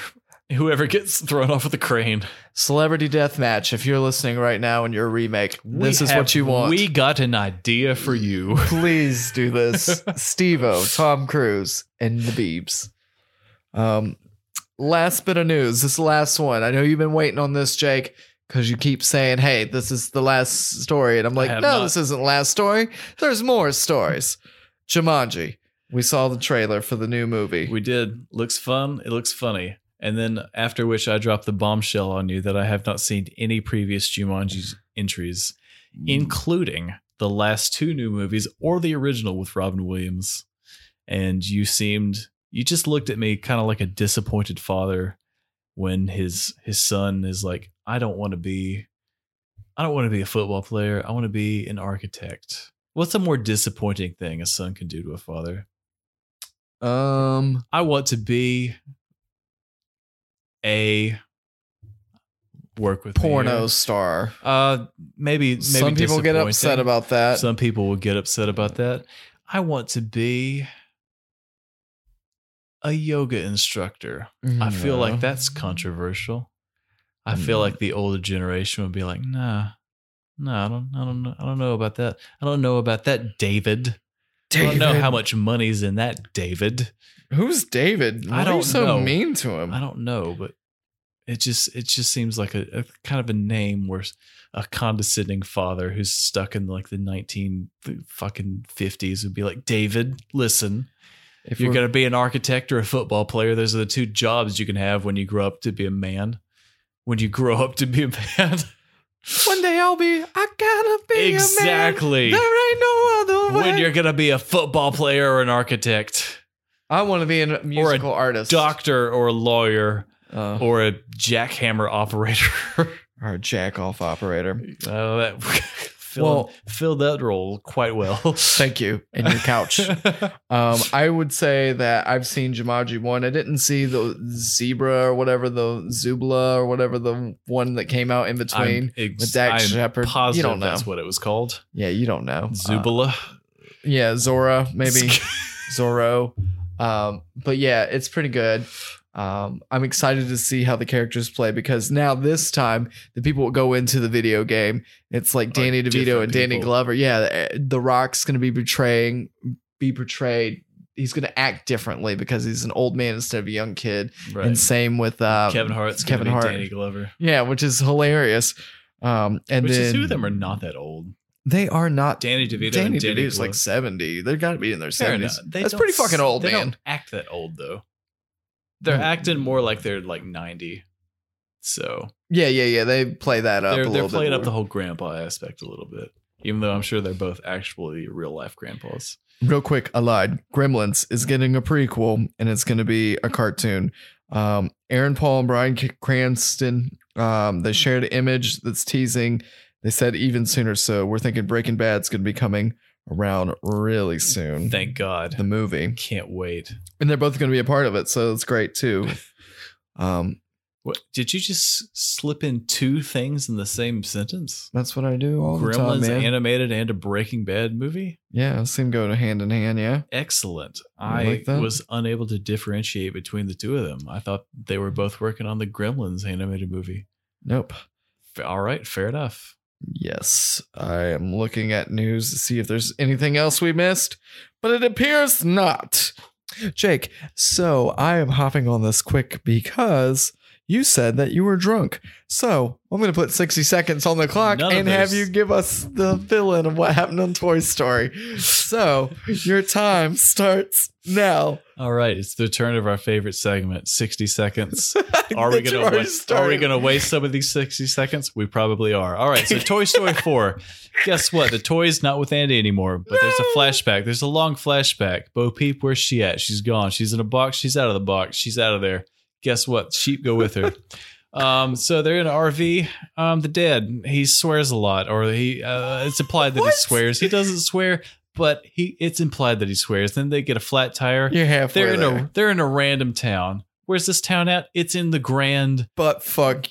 Whoever gets thrown off of the crane. Celebrity death match. If you're listening right now and you're a remake, this We is have- what you want. We got an idea for you. Please do this. Steve O, Tom Cruise, and the Beebs. Um, last bit of news. This last one. I know you've been waiting on this, Jake, because you keep saying, hey, this is the last story. And I'm like, no, have not. this isn't last story. There's more stories. Jumanji. We saw the trailer for the new movie. We did. Looks fun. It looks funny. And then after which I dropped the bombshell on you that I have not seen any previous Jumanji entries, including the last two new movies or the original with Robin Williams. And you seemed you just looked at me kind of like a disappointed father when his his son is like, I don't want to be I don't want to be a football player. I want to be an architect. What's a more disappointing thing a son can do to a father? um, I want to be a work with me porno here. star. Uh, maybe, maybe Some people get disappointing. upset about that. Some people will get upset about that. I want to be a yoga instructor. I feel like that's controversial. I feel Mm. like the older generation would be like, nah, nah, I don't, I don't, know, I don't know about that. I don't know about that, David. I don't know how much money's in that, David. Who's David? I Why are you don't so know. mean to him? I don't know, but it just it just seems like a, a kind of a name where s- a condescending father who's stuck in like the nineteen th- fucking fifties would be like, David, listen, if you're we're- gonna be an architect or a football player. Those are the two jobs you can have when you grow up to be a man. When you grow up to be a man, one day I'll be. I gotta be exactly. A man. There ain't no other way. When you're gonna be a football player or an architect, I want to be a musical artist, doctor or a lawyer uh, or a jackhammer operator. or a jack off operator. Oh, that filled, Well- filled that role quite well. Thank you. And your couch. um, I would say that I've seen Jumanji one. I didn't see the zebra or whatever the Zubla or whatever the one that came out in between. I'm, ex- with Dax I'm Shepard. You positive don't know. that's what it was called. yeah, you don't know. Uh, Zubala. Yeah, Zora, maybe Zorro. Um, but yeah, it's pretty good. Um, I'm excited to see how the characters play because now this time the people will go into the video game. It's like Danny DeVito different and Danny people. Glover. Yeah, eh, The Rock's going to be betraying, be portrayed. He's going to act differently because he's an old man instead of a young kid. right. And same with um, Kevin Hart's Kevin Kevin Hart. Hart. Danny Glover. Yeah, which is hilarious. Um, and Which then is two of them are not that old. They are not. Danny DeVito Danny and Danny DeVito's like Glover. 70. They're got to be in their Fair 70s. enough. They That's don't pretty fucking s- old, they man. Hmm. Don't act that old though. They're No. acting more like they're like ninety. So Yeah, yeah, yeah. They play that up. they're a they're little playing bit up the more. whole grandpa aspect a little bit. even though I'm sure they're both actually real life grandpas. Real quick, I lied. Gremlins is getting a prequel, and it's going to be a cartoon. Um, Aaron Paul and Brian C- Cranston um, they shared an image that's teasing. They said even sooner, so we're thinking Breaking Bad's going to be coming around really soon. Thank the God. movie, Can't wait. and they're both going to be a part of it, so it's great too. Um, What did you just slip in two things in the same sentence? that's what I do all the time, Gremlins man. animated and a Breaking Bad movie? yeah, seem go to hand in hand. Yeah, Excellent. I I like that. was unable to differentiate between the two of them. I thought they were both working on the Gremlins animated movie. nope. F- All right, fair enough. Yes, I am looking at news to see if there's anything else we missed, but it appears not. Jake, so I am hopping on this quick because you said that you were drunk. So I'm going to put 60 seconds on the clock None of and have this. you give us the fill in of what happened on Toy Story. So your time starts now. All right, it's the turn of our favorite segment, 60 seconds. Are we That you gonna already waste, are we started. gonna waste some of these sixty seconds? We probably are. All right, so Toy Story four. Guess what? The toy's not with Andy anymore, but there's a No. flashback. There's a long flashback. Bo Peep, where's she at? She's gone. She's in a box. She's out of the box. She's out of there. Guess what? Sheep go with her. Um, so they're in an RV. Um, the dad he swears a lot, or he uh, it's implied that he What? swears. He doesn't swear, but he it's implied that he swears. Then they get a flat tire. You're halfway They're in there. a they're in a random town. Where's this town at? It's in the grand But fuck.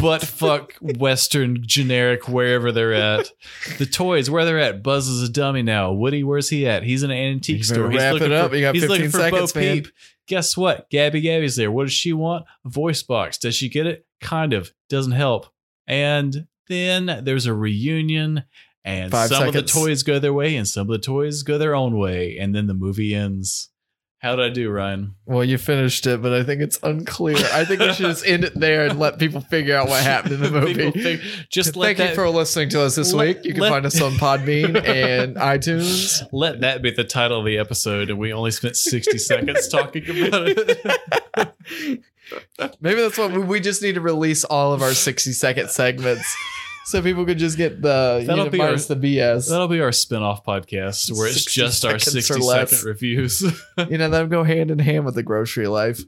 butt fuck western generic wherever they're at. The toys where they're at. Buzz is a dummy now. Woody, where's he at? He's in an antique You better store. He's wrap looking it up. For, You got he's 15 looking for seconds, Bo man. Peep. Guess what? Gabby Gabby's there. What does she want? A voice box. Does she get it? Kind of. Doesn't help. And then there's a reunion. And Five some of the seconds. toys go their way, and some of the toys go their own way, and then the movie ends. How did I do, Ryan? Well, you finished it, but I think it's unclear. I think we should just end it there and let people figure out what happened in the movie. People think- just let Thank that, you for listening to us this let- week. You can let- find us on Podbean and iTunes. let that be the title of the episode, and we only spent sixty seconds talking about it. Maybe that's what we- we just need to release all of our 60 second segments so people could just get the, you That'll know, be our- minus the BS. That'll be our spin-off podcast where it's 60 just our seconds or sixty less. second reviews. You know, that'll go hand in hand with the grocery life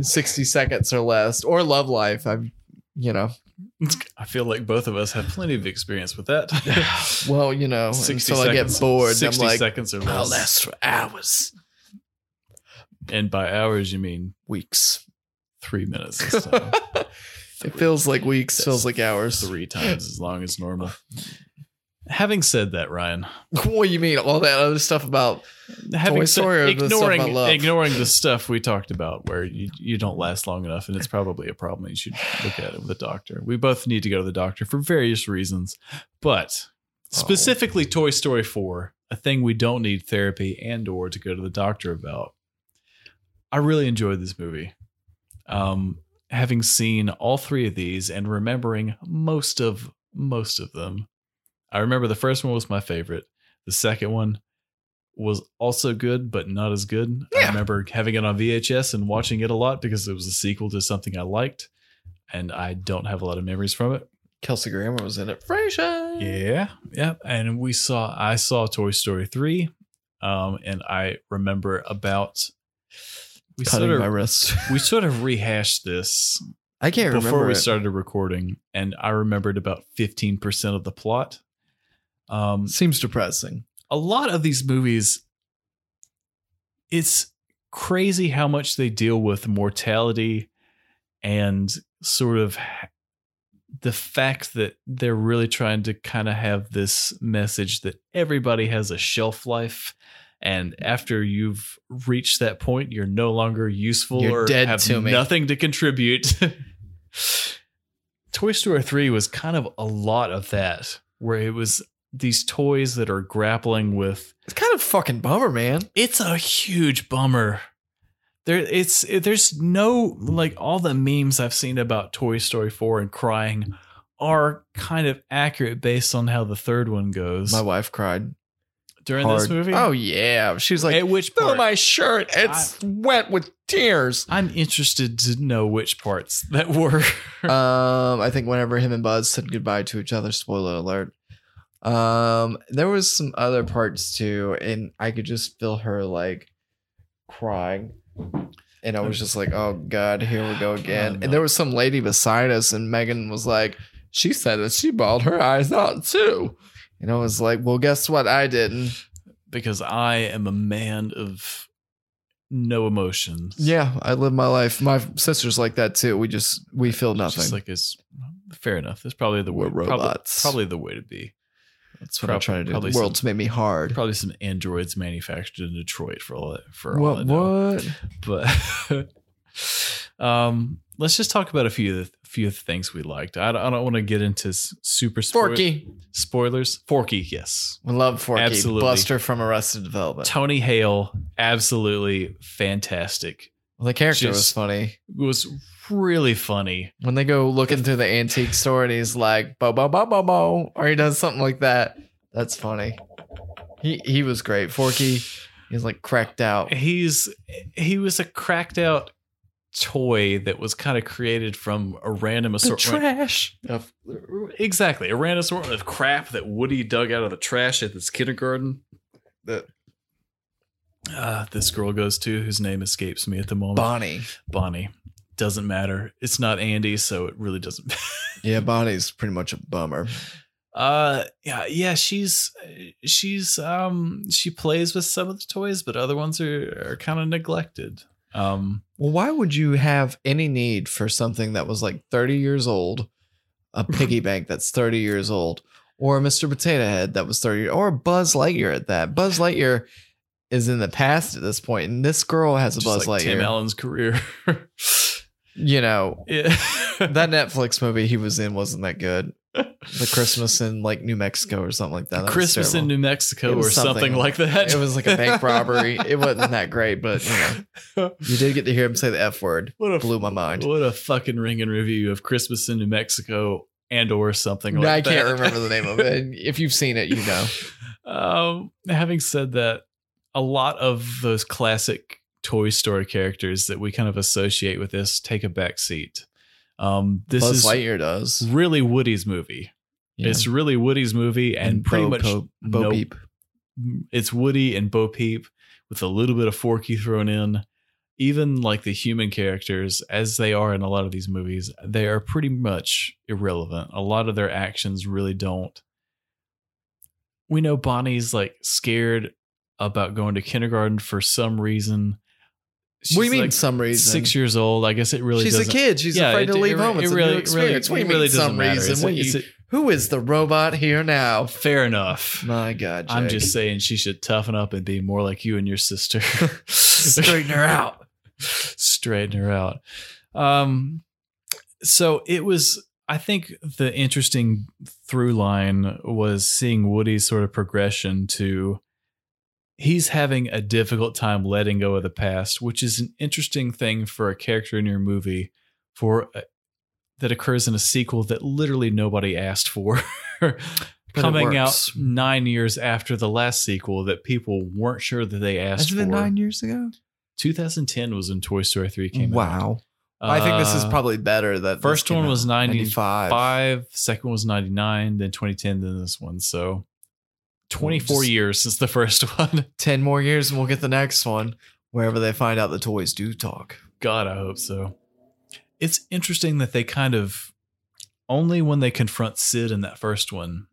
60 seconds or less, or love life. I'm, you know, I feel like both of us have plenty of experience with that. well, you know, until I get bored, and I'm Sixty like, seconds or I'll less. last for hours, And by hours, you mean weeks. three minutes. This time. It feels like weeks, That's feels like hours. three times as long as normal. Having said that, Ryan, What do you mean? All that other stuff about having Toy said- Story or the stuff ignoring about love? ignoring the stuff we talked about where you, you don't last long enough and it's probably a problem you should look at it with a doctor we both need to go to the doctor for various reasons but specifically toy story 4 a thing we don't need therapy and or to go to the doctor about i really enjoyed this movie um having seen all three of these and remembering most of most of them i remember the first one was my favorite the second one was also good but not as good i Yeah. remember having it on vhs and watching it a lot because it was a sequel to something i liked and i don't have a lot of memories from it Kelsey Grammer was in it. Frasier. yeah, yeah, and we saw I saw Toy Story three, um, and I remember about we Cutting sort my of wrist. we sort of rehashed this I can't before remember. we it. started recording, and I remembered about fifteen percent of the plot. Um, Seems depressing. a lot of these movies, it's crazy how much they deal with mortality and sort of h- the fact that they're really trying to kind of have this message that everybody has a shelf life. And after you've reached that point, you're no longer useful You're or dead have to me. nothing to contribute. Toy Story 3 was kind of a lot of that, where it was these toys that are grappling with It's kind of fucking bummer, man. it's a huge bummer there it's it- there's no like all the memes i've seen about toy story 4 and crying are kind of accurate based on how the third one goes My wife cried during this hard. movie Oh yeah, she was like, at which "Oh part my shirt, it's wet with tears." i'm interested to know which parts that were um, I think whenever him and Buzz said goodbye to each other, spoiler alert. Um, there was some other parts too, and I could just feel her like crying. And I was just like, oh God, here we go Oh, again. no. And there was some lady beside us, and Megan was like, she said that she bawled her eyes out too. And I was like, well, guess what? I didn't. because I am a man of no emotions. Yeah, I live my life. My sister's like that too. We just, we feel It's nothing. Just like it's fair enough. That's probably the We're way. probably- robots. Probably, the way to be. That's what I'm prob- trying to do. probably The world's made me hard. Probably some androids manufactured in Detroit for all that. For all I What? know. What? But um, let's just talk about a few of the few of the things we liked. I don't, I don't want to get into s- super spoil- Forky. spoilers. Forky, yes. We love Forky. Absolutely. Buster from Arrested Development. Tony Hale, absolutely fantastic. The character was Just- funny. Was really funny. When they go looking through the antique store and he's like, bo, bo, bo, bo, bo, or he does something like that. That's funny. He he was great. Forky, he's like cracked out. he's he was a cracked out toy that was kind of created from a random assortment trash. of exactly a random assortment of crap that Woody dug out of the trash at this kindergarten that uh, this girl goes to whose name escapes me at the moment. Bonnie. Bonnie doesn't matter. It's not Andy, so it really doesn't. Yeah, Bonnie's pretty much a bummer. Uh yeah yeah she's she's um she plays with some of the toys but other ones are, are kind of neglected. Um Well, why would you have any need for something that was like 30 years old, a piggy bank that's 30 years old, or a Mr. Potato Head that was 30, or a Buzz Lightyear at that? Buzz Lightyear is in the past at this point, and this girl has a just Buzz like Tim Lightyear. Allen's career. you know, yeah. that Netflix movie he was in wasn't that good. The Christmas in like New Mexico or something like that. that was Christmas in terrible. New Mexico It was or something, something- like that. It was like a bank robbery. It wasn't that great, but you know, you did get to hear him say the F word. what a Blew my mind. what a fucking ring and review of Christmas in New Mexico and or something like No, I that. can't remember the name of it. And If you've seen it, you know. Um, having said that, a lot of those classic Toy Story characters that we kind of associate with this take a back seat. Um, this is Buzz Lightyear does. really Woody's movie. It's really Woody's movie, and, pretty much Bo no- Peep. it's Woody and Bo Peep with a little bit of Forky thrown in. Even like the human characters, as they are in a lot of these movies, they are pretty much irrelevant. A lot of their actions really don't. We know Bonnie's like scared about going to kindergarten for some reason. She's what do you mean like some reason? six years old. I guess it really She's a doesn't- kid. She's Yeah, afraid it- to leave it- home. it It's a really- new it really- experience. it what do you really mean some doesn't matter. reason? It's a- What you- it's a- who is the robot here now? Fair enough. My God, I'm Jake. just saying she should toughen up and be more like you and your sister. Straighten her out. Straighten her out. Um, so it was, I think the interesting through line was seeing Woody's sort of progression to he's having a difficult time letting go of the past, which is an interesting thing for a character in your movie for uh, that occurs in a sequel that literally nobody asked for. it coming out works. nine years after the last sequel that people weren't sure that they asked Has it for. been nine years ago? 2010 was when Toy Story 3 came out. Wow. I think this is Uh, probably better. That this first came one out. was 95, second one was 99, then 2010, then this one. So 24 Just- years since the first one. Ten more years, and we'll get the next one. Wherever they find out the toys do talk. God, I hope so. It's interesting that they kind of only when they confront Sid in that first one,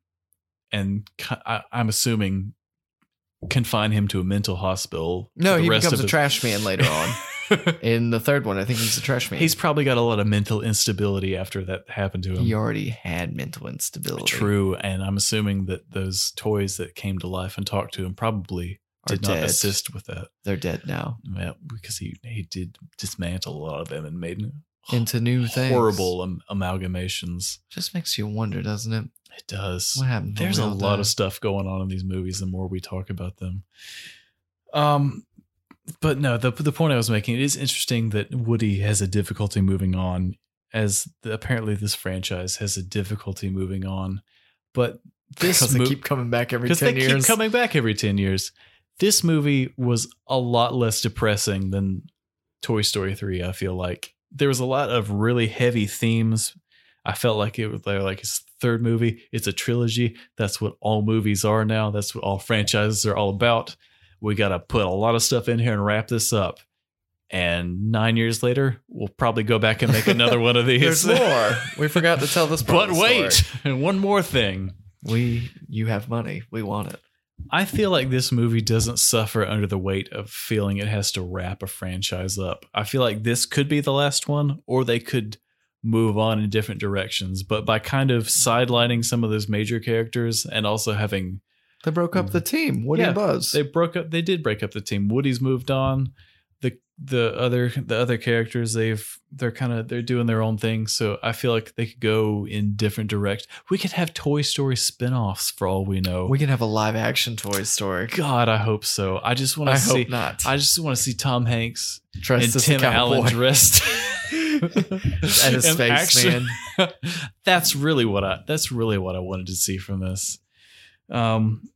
and ki- I, am assuming confine him to a mental hospital. for No, the he rest becomes of a his- trash man later on. In the third one, I think he's a trash man. He's probably got a lot of mental instability after that happened to him. he already had mental instability. True, and I'm assuming that those toys that came to life and talked to him probably Are did not dead. assist with that. They're dead now. Yeah, because he he did dismantle a lot of them and made Into new things. horrible am- amalgamations. Just makes you wonder, doesn't it? It does. What happened? to There's a Will lot there? of stuff going on in these movies. The more we talk about them, um, but no, the the point I was making it is interesting that Woody has a difficulty moving on, as the, apparently this franchise has a difficulty moving on. But this because they mo- keep coming back every because ten they years. keep coming back every ten years. This movie was a lot less depressing than Toy Story three. I feel like there was a lot of really heavy themes. I felt like it was they were like his third movie. It's a trilogy. That's what all movies are now. That's what all franchises are all about. We got to put a lot of stuff in here and wrap this up. And nine years later, we'll probably go back and make another one of these. There's more. We forgot to tell this but part. of the story. wait, and one more thing. We, you have money. We want it. I feel like this movie doesn't suffer under the weight of feeling it has to wrap a franchise up. I feel like this could be the last one, or they could move on in different directions. But by kind of sidelining some of those major characters and also having They broke up the team. Woody Mm. Yeah, and Buzz. they broke up, they did break up the team. Woody's moved on. the The other the other characters they've they're kind of they're doing their own thing. So I feel like they could go in different direct. We could have Toy Story spin-offs for all we know. we can have a live action Toy Story. God, I hope so. I just want I to see. hope not. I just want to see Tom Hanks Dressed and as a Tim Allen cowboy. dressed and a And spaceman. action- that's really what I. That's really what I wanted to see from this. Um,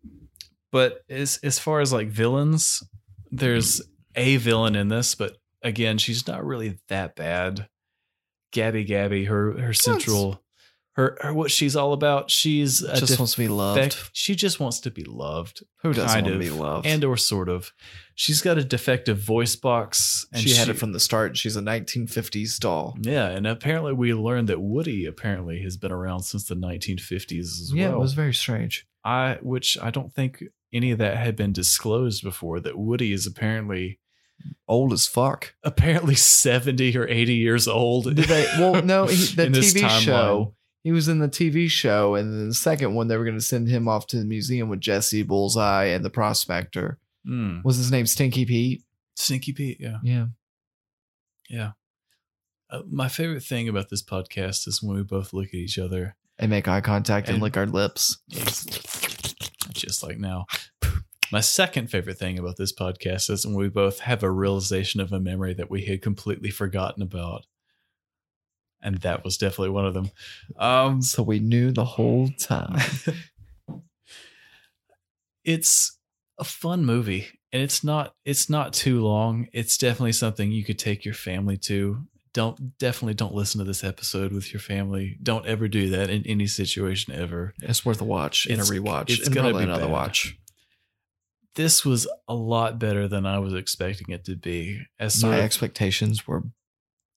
but as as far as like villains, there's a villain in this, but again, she's not really that bad. Gabby, Gabby, her her central, her, her what she's all about. She's a Just def- wants to be loved. She just wants to be loved Who doesn't kind want of, to be loved? and or sort of. She's got a defective voice box, and she, had it from the start. She's a 1950s doll. yeah. And apparently, we learned that Woody apparently has been around since the 1950s as yeah, well. it was very strange. I, which I don't think any of that had been disclosed before. That Woody is apparently Old as fuck. apparently 70 or 80 years old. Did they? Well, no. He, the in this TV timeline. show. He was in the TV show, and then the second one they were going to send him off to the museum with Jesse, Bullseye, and the Prospector. Mm. Was his name Stinky Pete? Sneaky Pete, yeah. Yeah. Yeah. Uh, my favorite thing about this podcast is when we both look at each other And make eye contact and, And- lick our lips. just like now. My second favorite thing about this podcast is when we both have a realization of a memory that we had completely forgotten about. And that was definitely one of them. Um, So we knew the whole time. it's a fun movie and it's not it's not too long. It's definitely something you could take your family to. Don't definitely don't listen to this episode with your family. Don't ever do that in any situation ever. It's worth a watch and a It's- rewatch. it's and gonna probably be another bad. watch. This was a lot better than I was expecting it to be. As sort My of- expectations were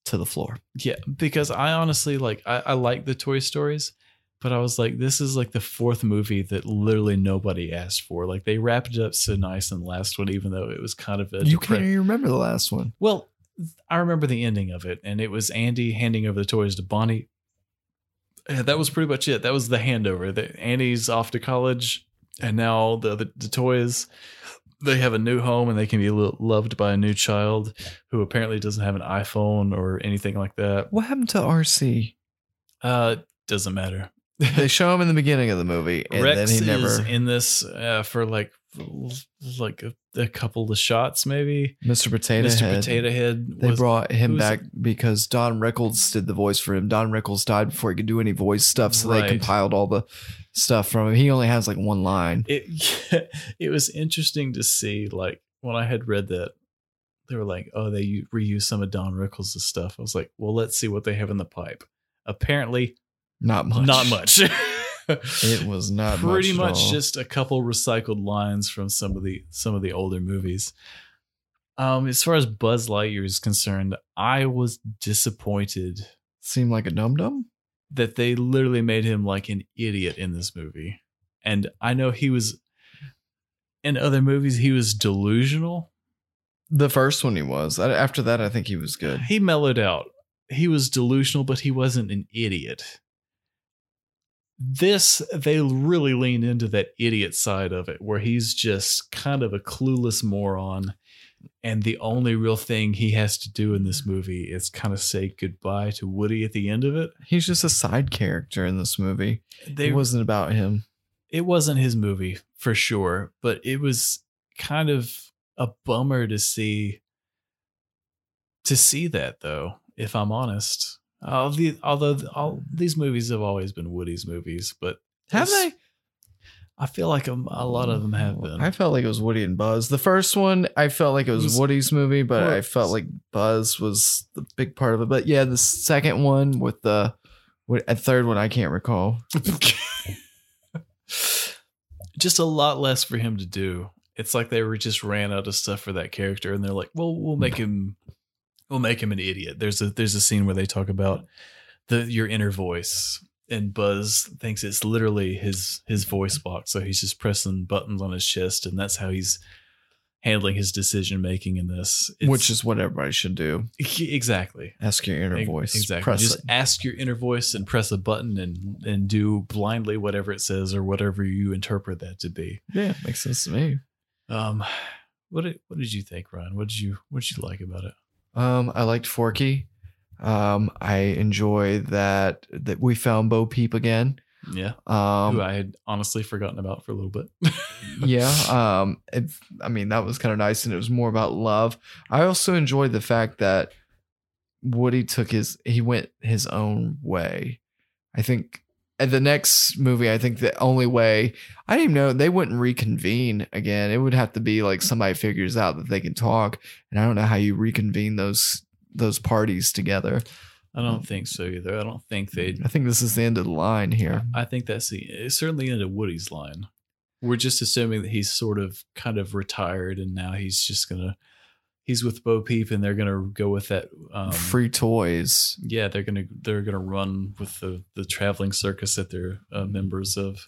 to the floor. Yeah, because I honestly like I, I like the Toy Stories, but I was like, this is like the fourth movie that literally nobody asked for. Like they wrapped it up so nice in the last one, even though it was kind of a You depre- can't even remember the last one. well, I remember the ending of it, and it was Andy handing over the toys to Bonnie. Yeah, that was pretty much it. That was the handover. That Andy's off to college, and now the the, the toys they have a new home and they can be lo- loved by a new child who apparently doesn't have an iPhone or anything like that. What happened to RC? Uh, doesn't matter. they show him in the beginning of the movie, and Rex then he is never. in this uh, for like l- like a, a couple of shots, maybe. Mr. Potato Mr. Head. Potato Head. They was- brought him who's- back because Don Rickles did the voice for him. Don Rickles died before he could do any voice stuff, so Right. they compiled all the stuff from him. He only has like one line. it it was interesting to see like when I had read that they were like, oh, they u- reuse some of Don Rickles' stuff. I was like, well, let's see what they have in the pipe. Apparently, Not much. not much. It was not pretty much at much all. just a couple recycled lines from some of the some of the older movies. Um, as far as Buzz Lightyear is concerned, I was disappointed seemed like a dum dum. that they literally made him like an idiot in this movie. And I know he was in other movies he was delusional. The first one he was. I- After that, I think he was good. He mellowed out. He was delusional, but he wasn't an idiot. This they really lean into that idiot side of it where he's just kind of a clueless moron and the only real thing he has to do in this movie is kind of say goodbye to Woody at the end of it. He's just a side character in this movie. They it wasn't about him. it wasn't his movie for sure, but it was kind of a bummer to see to see that though, if I'm honest. All the although all these movies have always been Woody's movies, but this- I feel like a, a lot of them have been. I felt like it was Woody and Buzz. The first one, I felt like it was, It was- Woody's movie, but Well, I felt like Buzz was the big part of it. But yeah, the second one with the What, a third one I can't recall. just a lot less for him to do. It's like they were just ran out of stuff for that character, and they're like, "Well, we'll make him, we'll make him an idiot." There's a there's a scene where they talk about the your inner voice, and Buzz thinks it's literally his his voice box, so he's just pressing buttons on his chest, and that's how he's handling his decision making in this. It's- which is what everybody should do. exactly Ask your inner Ex- voice. Exactly. Press Just it. ask your inner voice and press a button and and do blindly whatever it says or whatever you interpret that to be. Yeah, makes sense to me. Um, what did, what did you think, Ryan? What did you what did you like about it? Um, I liked Forky. Um, I enjoy that that we found Bo Peep again. Yeah, Um, who I had honestly forgotten about for a little bit. yeah. Um, it, I mean that was kind of nice, and it was more about love. I also enjoyed the fact that Woody took his he went his own way. I think at the next movie, I think the only way I didn't even know they wouldn't reconvene again. It would have to be like somebody figures out that they can talk, and I don't know how you reconvene those those parties together. I don't think so either. I don't think they. I think this is the end of the line here. I think that's the it's certainly into Woody's line. We're just assuming that he's sort of kind of retired and now he's just gonna he's with Bo Peep and they're gonna go with that um, Free toys. yeah they're gonna they're gonna run with the the traveling circus that they're uh, members of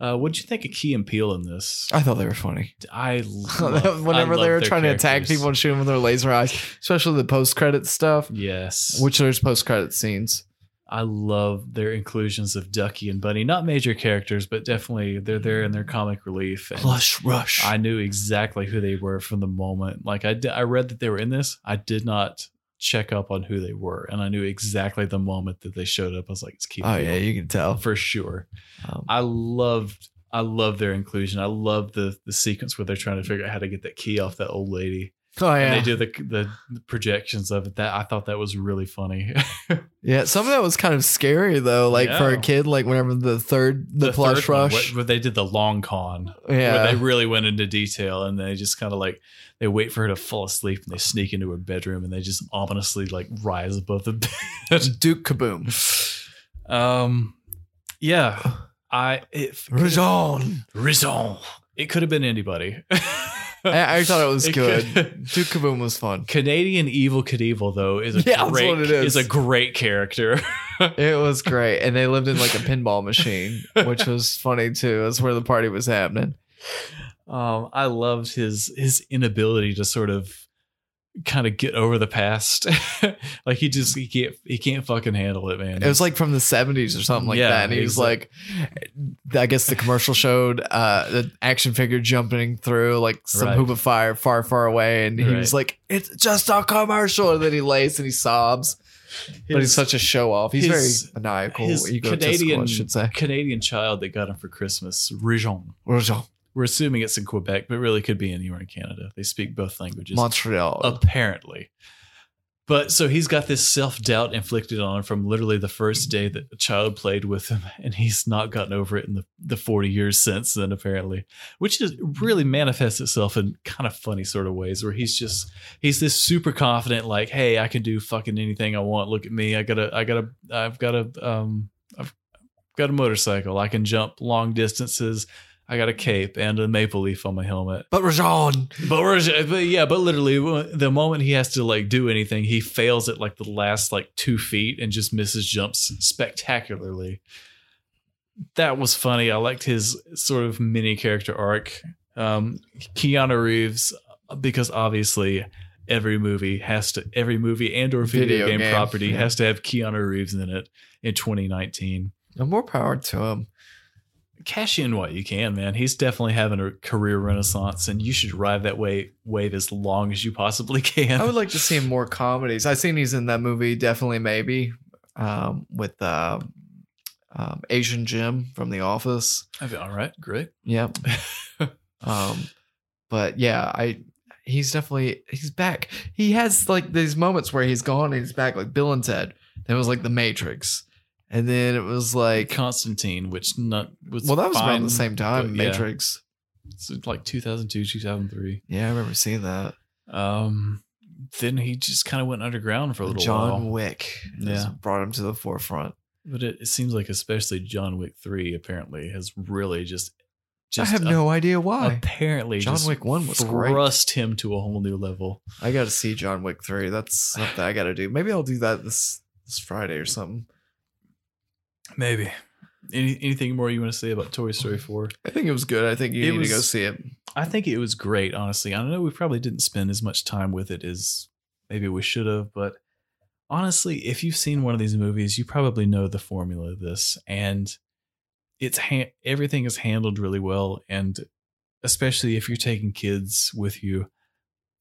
uh what'd you think of key and peel in this I thought they were funny. i love, I Whenever love they were their trying to attack characters. people and shoot them with their laser eyes, especially the post credit stuff, yes which there's post credit scenes. i love their inclusions of ducky and bunny not major characters but definitely they're there in their comic relief and Rush. i knew exactly who they were from the moment like i did, i read that they were in this i did not check up on who they were and i knew exactly the moment that they showed up i was like it's key and oh yeah, Peele, you can tell. for sure Um, I loved I love their inclusion. I love the the sequence where they're trying to figure out how to get that key off that old lady. oh And yeah, they do the, the projections of it. That I thought that was really funny. yeah. Some of that was kind of scary though, like for a Yeah. kid. Like whenever the third, the, plush third one, rush. where- where they did the long con. Where yeah, they really went into detail and they just kind of like they wait for her to fall asleep and they sneak into her bedroom and they just ominously like rise above the bed. Duke Kaboom. um yeah. I it Rajon. Rizon. It could have been anybody. I, I thought it was It good. could- Duke Kaboom was fun. Canadian Evil Knievel though is a Yeah, that's great what it is. is. a great character. It was great, and they lived in like a pinball machine, which was funny too. That's where the party was happening. Um, I loved his his inability to sort of kind of get over the past. like he just he can't he can't fucking handle it, man. It was like from the seventies or something like Yeah, that, and he was like, I guess the commercial showed uh, an action figure jumping through like some Right. hoop of fire far, far away, and he was Right. like, "It's just a commercial," and then he lays and he sobs. but he's His- such a show off. He's his- very maniacal, his egotistical, I Canadian should say. Canadian child that got him for Christmas, Rijon. Montreal. We're assuming it's in Quebec, but really could be anywhere in Canada. They speak both languages. apparently. But so he's got this self doubt inflicted on him from literally the first day that a child played with him, and he's not gotten over it in the, the 40 years since then, apparently, which is really manifests itself in kind of funny sort of ways where he's just he's this super confident, like, hey, I can do fucking anything I want. Look at me. I got a I got a I've got a um I've got a motorcycle. I can jump long distances. I got a cape and a maple leaf on my helmet. But Rajon. But, we're, but yeah, but literally, the moment he has to like do anything, he fails at like the last like two feet and just misses jumps spectacularly. That was funny. I liked his sort of mini character arc. Um, Keanu Reeves, because obviously every movie has to every movie and or video, Video game, game, property yeah. has to have Keanu Reeves in it in 2019. No more power to him. Cash in what you can, man. He's definitely having a career renaissance, and you should ride that wave wave as long as you possibly can. I would like to see him more comedies. I've seen he's in that movie, definitely maybe, um, with um, um, Asian Jim from The Office. I'd be, All right, great. Yep. um, but yeah, I he's definitely he's back. He has like these moments where he's gone and he's back, like Bill and Ted. Then it was like The Matrix, and then it was like Constantine, which not was well, that was fine, around the same time, but yeah. Matrix. It's like 2002, 2003. Yeah. I remember seeing that. Um, then he just kind of went underground for a little John while. Wick, Yeah. yeah, brought him to the forefront. But it, it seems like especially John Wick three apparently has really just just I have a- no idea why. apparently John just Wick 1 was great. thrust him to a whole new level. I got to see John Wick 3. That's something I got to do. Maybe I'll do that this this Friday or something. Maybe. Any, anything more you want to say about Toy Story four? I think it was good. I think you It need to go was- see it. I think it was great, honestly. I know we probably didn't spend as much time with it as maybe we should have, but honestly, if you've seen one of these movies, you probably know the formula of this, and it's ha- everything is handled really well, and especially if you're taking kids with you,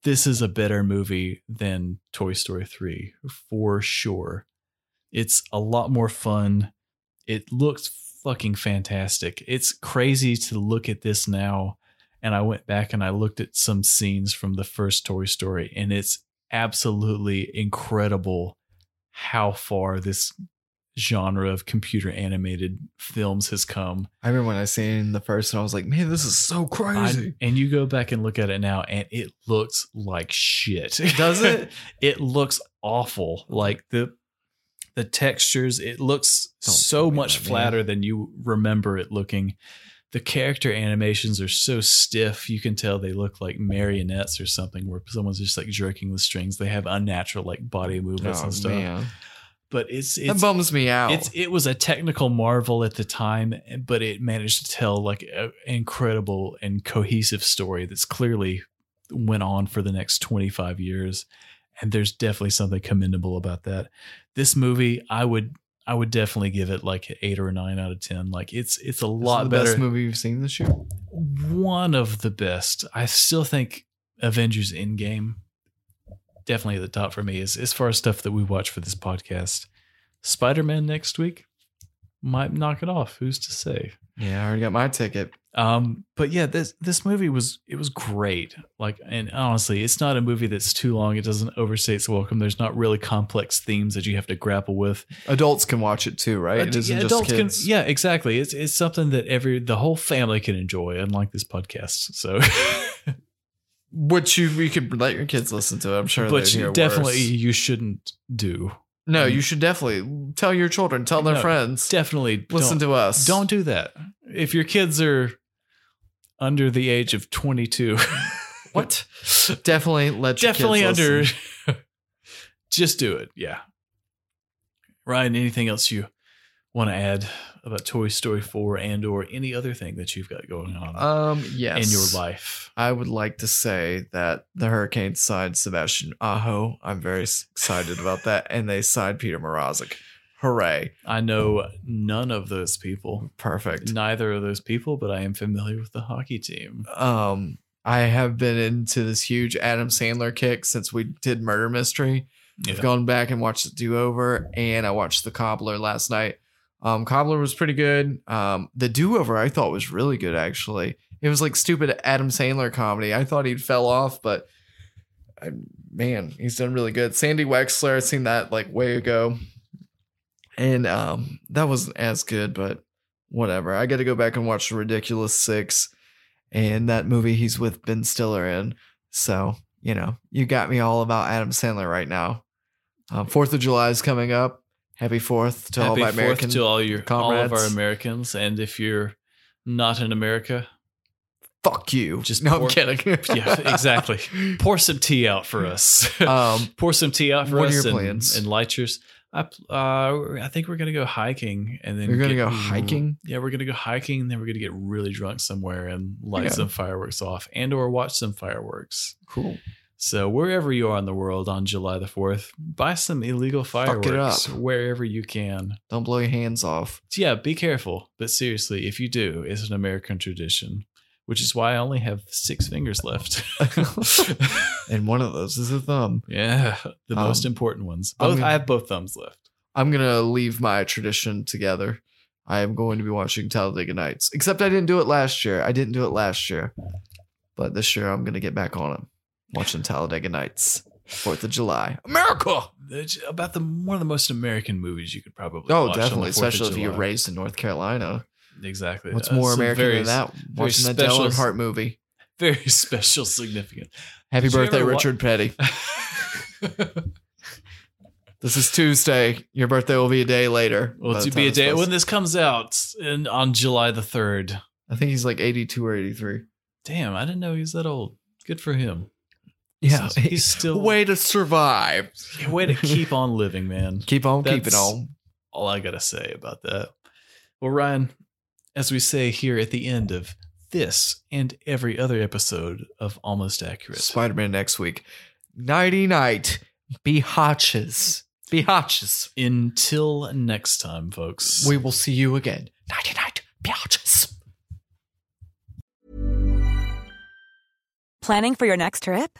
this is a better movie than Toy Story three for sure. It's a lot more fun. It looks fucking fantastic. It's crazy to look at this now and I went back and I looked at some scenes from the first Toy Story, and it's absolutely incredible how far this genre of computer animated films has come. I remember when I seen the first and I was like, man, this is so I- crazy. and you go back and look at it now, and it looks like shit. Does it? it looks awful. Like the the textures, it looks Don't so tell me much that, man. flatter than you remember it looking. The character animations are so stiff, you can tell they look like marionettes or something, where someone's just like jerking the strings. They have unnatural like body movements and stuff. But it's Oh, that it's bums me out. it's it was a technical marvel at the time, but it managed to tell like a, an incredible and cohesive story that's clearly went on for the next 25 years and there's definitely something commendable about that. This movie, I would I would definitely give it like an 8 or a 9 out of 10. Like it's it's a This is lot the better best movie you've seen this year. one of the best. I still think Avengers Endgame definitely at the top for me is as far as stuff that we watch for this podcast. Spider Man next week might knock it off. Who's to say? Yeah, I already got my ticket. Um, but yeah, this this movie was it was great. Like, and honestly, it's not a movie that's too long. It doesn't overstay its welcome. There's not really complex themes that you have to grapple with. Adults can watch it too, right? Ad- it isn't yeah, just adults kids. Can, yeah, exactly. It's it's something that every the whole family can enjoy, unlike this podcast. So. Which you, you could let your kids listen to. it. I'm sure. but they'd hear you worse. definitely you shouldn't do. No, you should definitely tell your children, tell their No, friends, Definitely listen don't, to us. Don't do that. If your kids are under the age of 22, what? Definitely let your definitely kids under. listen. just do it. Yeah. Ryan, anything else you want to add about Toy Story 4 and or any other thing that you've got going on Um. Yes. in your life? I would like to say that the Hurricanes signed Sebastian Aho. I'm very s- excited about that, and they signed Peter Morozic. Hooray! I know none of those people, Perfect. neither of those people, but I am familiar with the hockey team. um I have been into this huge Adam Sandler kick since we did Murder Mystery. I've Yeah. gone back and watched the Do Over, and I watched the Cobbler last night. Um, Cobbler was pretty good. Um, the Do Over I thought was really good actually. It was like stupid Adam Sandler comedy. I thought he'd fell off, but I, man, he's done really good. Sandy Wexler, I seen that like way ago, and um, that wasn't as good, but whatever. I got to go back and watch The Ridiculous Six, and that movie he's with Ben Stiller in. So you know, you got me all about Adam Sandler right now. Um, Fourth of July is coming up. Happy Fourth to all Happy my Fourth American to all your all of comrades. our Americans, and if you're not in America, Fuck you. Just no, pour- I'm kidding. yeah, exactly. Pour some tea out for us. Um, Pour some tea out for What are us your and, plans? and light yours. I pl- uh, I think we're gonna go hiking, and then You're gonna get- go hiking? Yeah, we're gonna go hiking, and then we're gonna get really drunk somewhere and light Okay. some fireworks off, and or watch some fireworks. cool. So wherever you are in the world on July the fourth, buy some illegal Fuck it fireworks up. wherever you can. Don't blow your hands off. yeah, be careful. But seriously, if you do, it's an American tradition, which is why I only have six fingers left. And one of those is a thumb. yeah, the Um, most important ones. I'm Both gonna- I have both thumbs left. I'm gonna leave my tradition together. I am going to be watching Talladega Nights. Except I didn't do it last year. I didn't do it last year, but this year I'm gonna get back on it. Watching Talladega Nights, Fourth of July, America. Oh, It's about the one of the most American movies you could probably. Oh, watch on the definitely, 4th of especially if you're July. raised in North Carolina. Exactly. What's Uh, more some American very, than that? Watching that special- Dale Earnhardt movie. Very special, significant. Happy Did you birthday, ever wa- Richard Petty. This is Tuesday. Your birthday will be a day later. Well, by to be the time a this day goes. when this comes out in, on July the third. I think he's like 82 or 83. Damn, I didn't know he was that old. Good for him. Yeah. He's- he's still Way to survive. way to keep on living, man. Keep on That's- keeping on. all I gotta say about that. Well, Ryan, as we say here at the end of this and every other episode of Almost Accurate, Spider Man next week. Nighty night. Be hotches. Be hotches. until next time, folks. We will see you again. Nighty night. Be hotches. Planning for your next trip?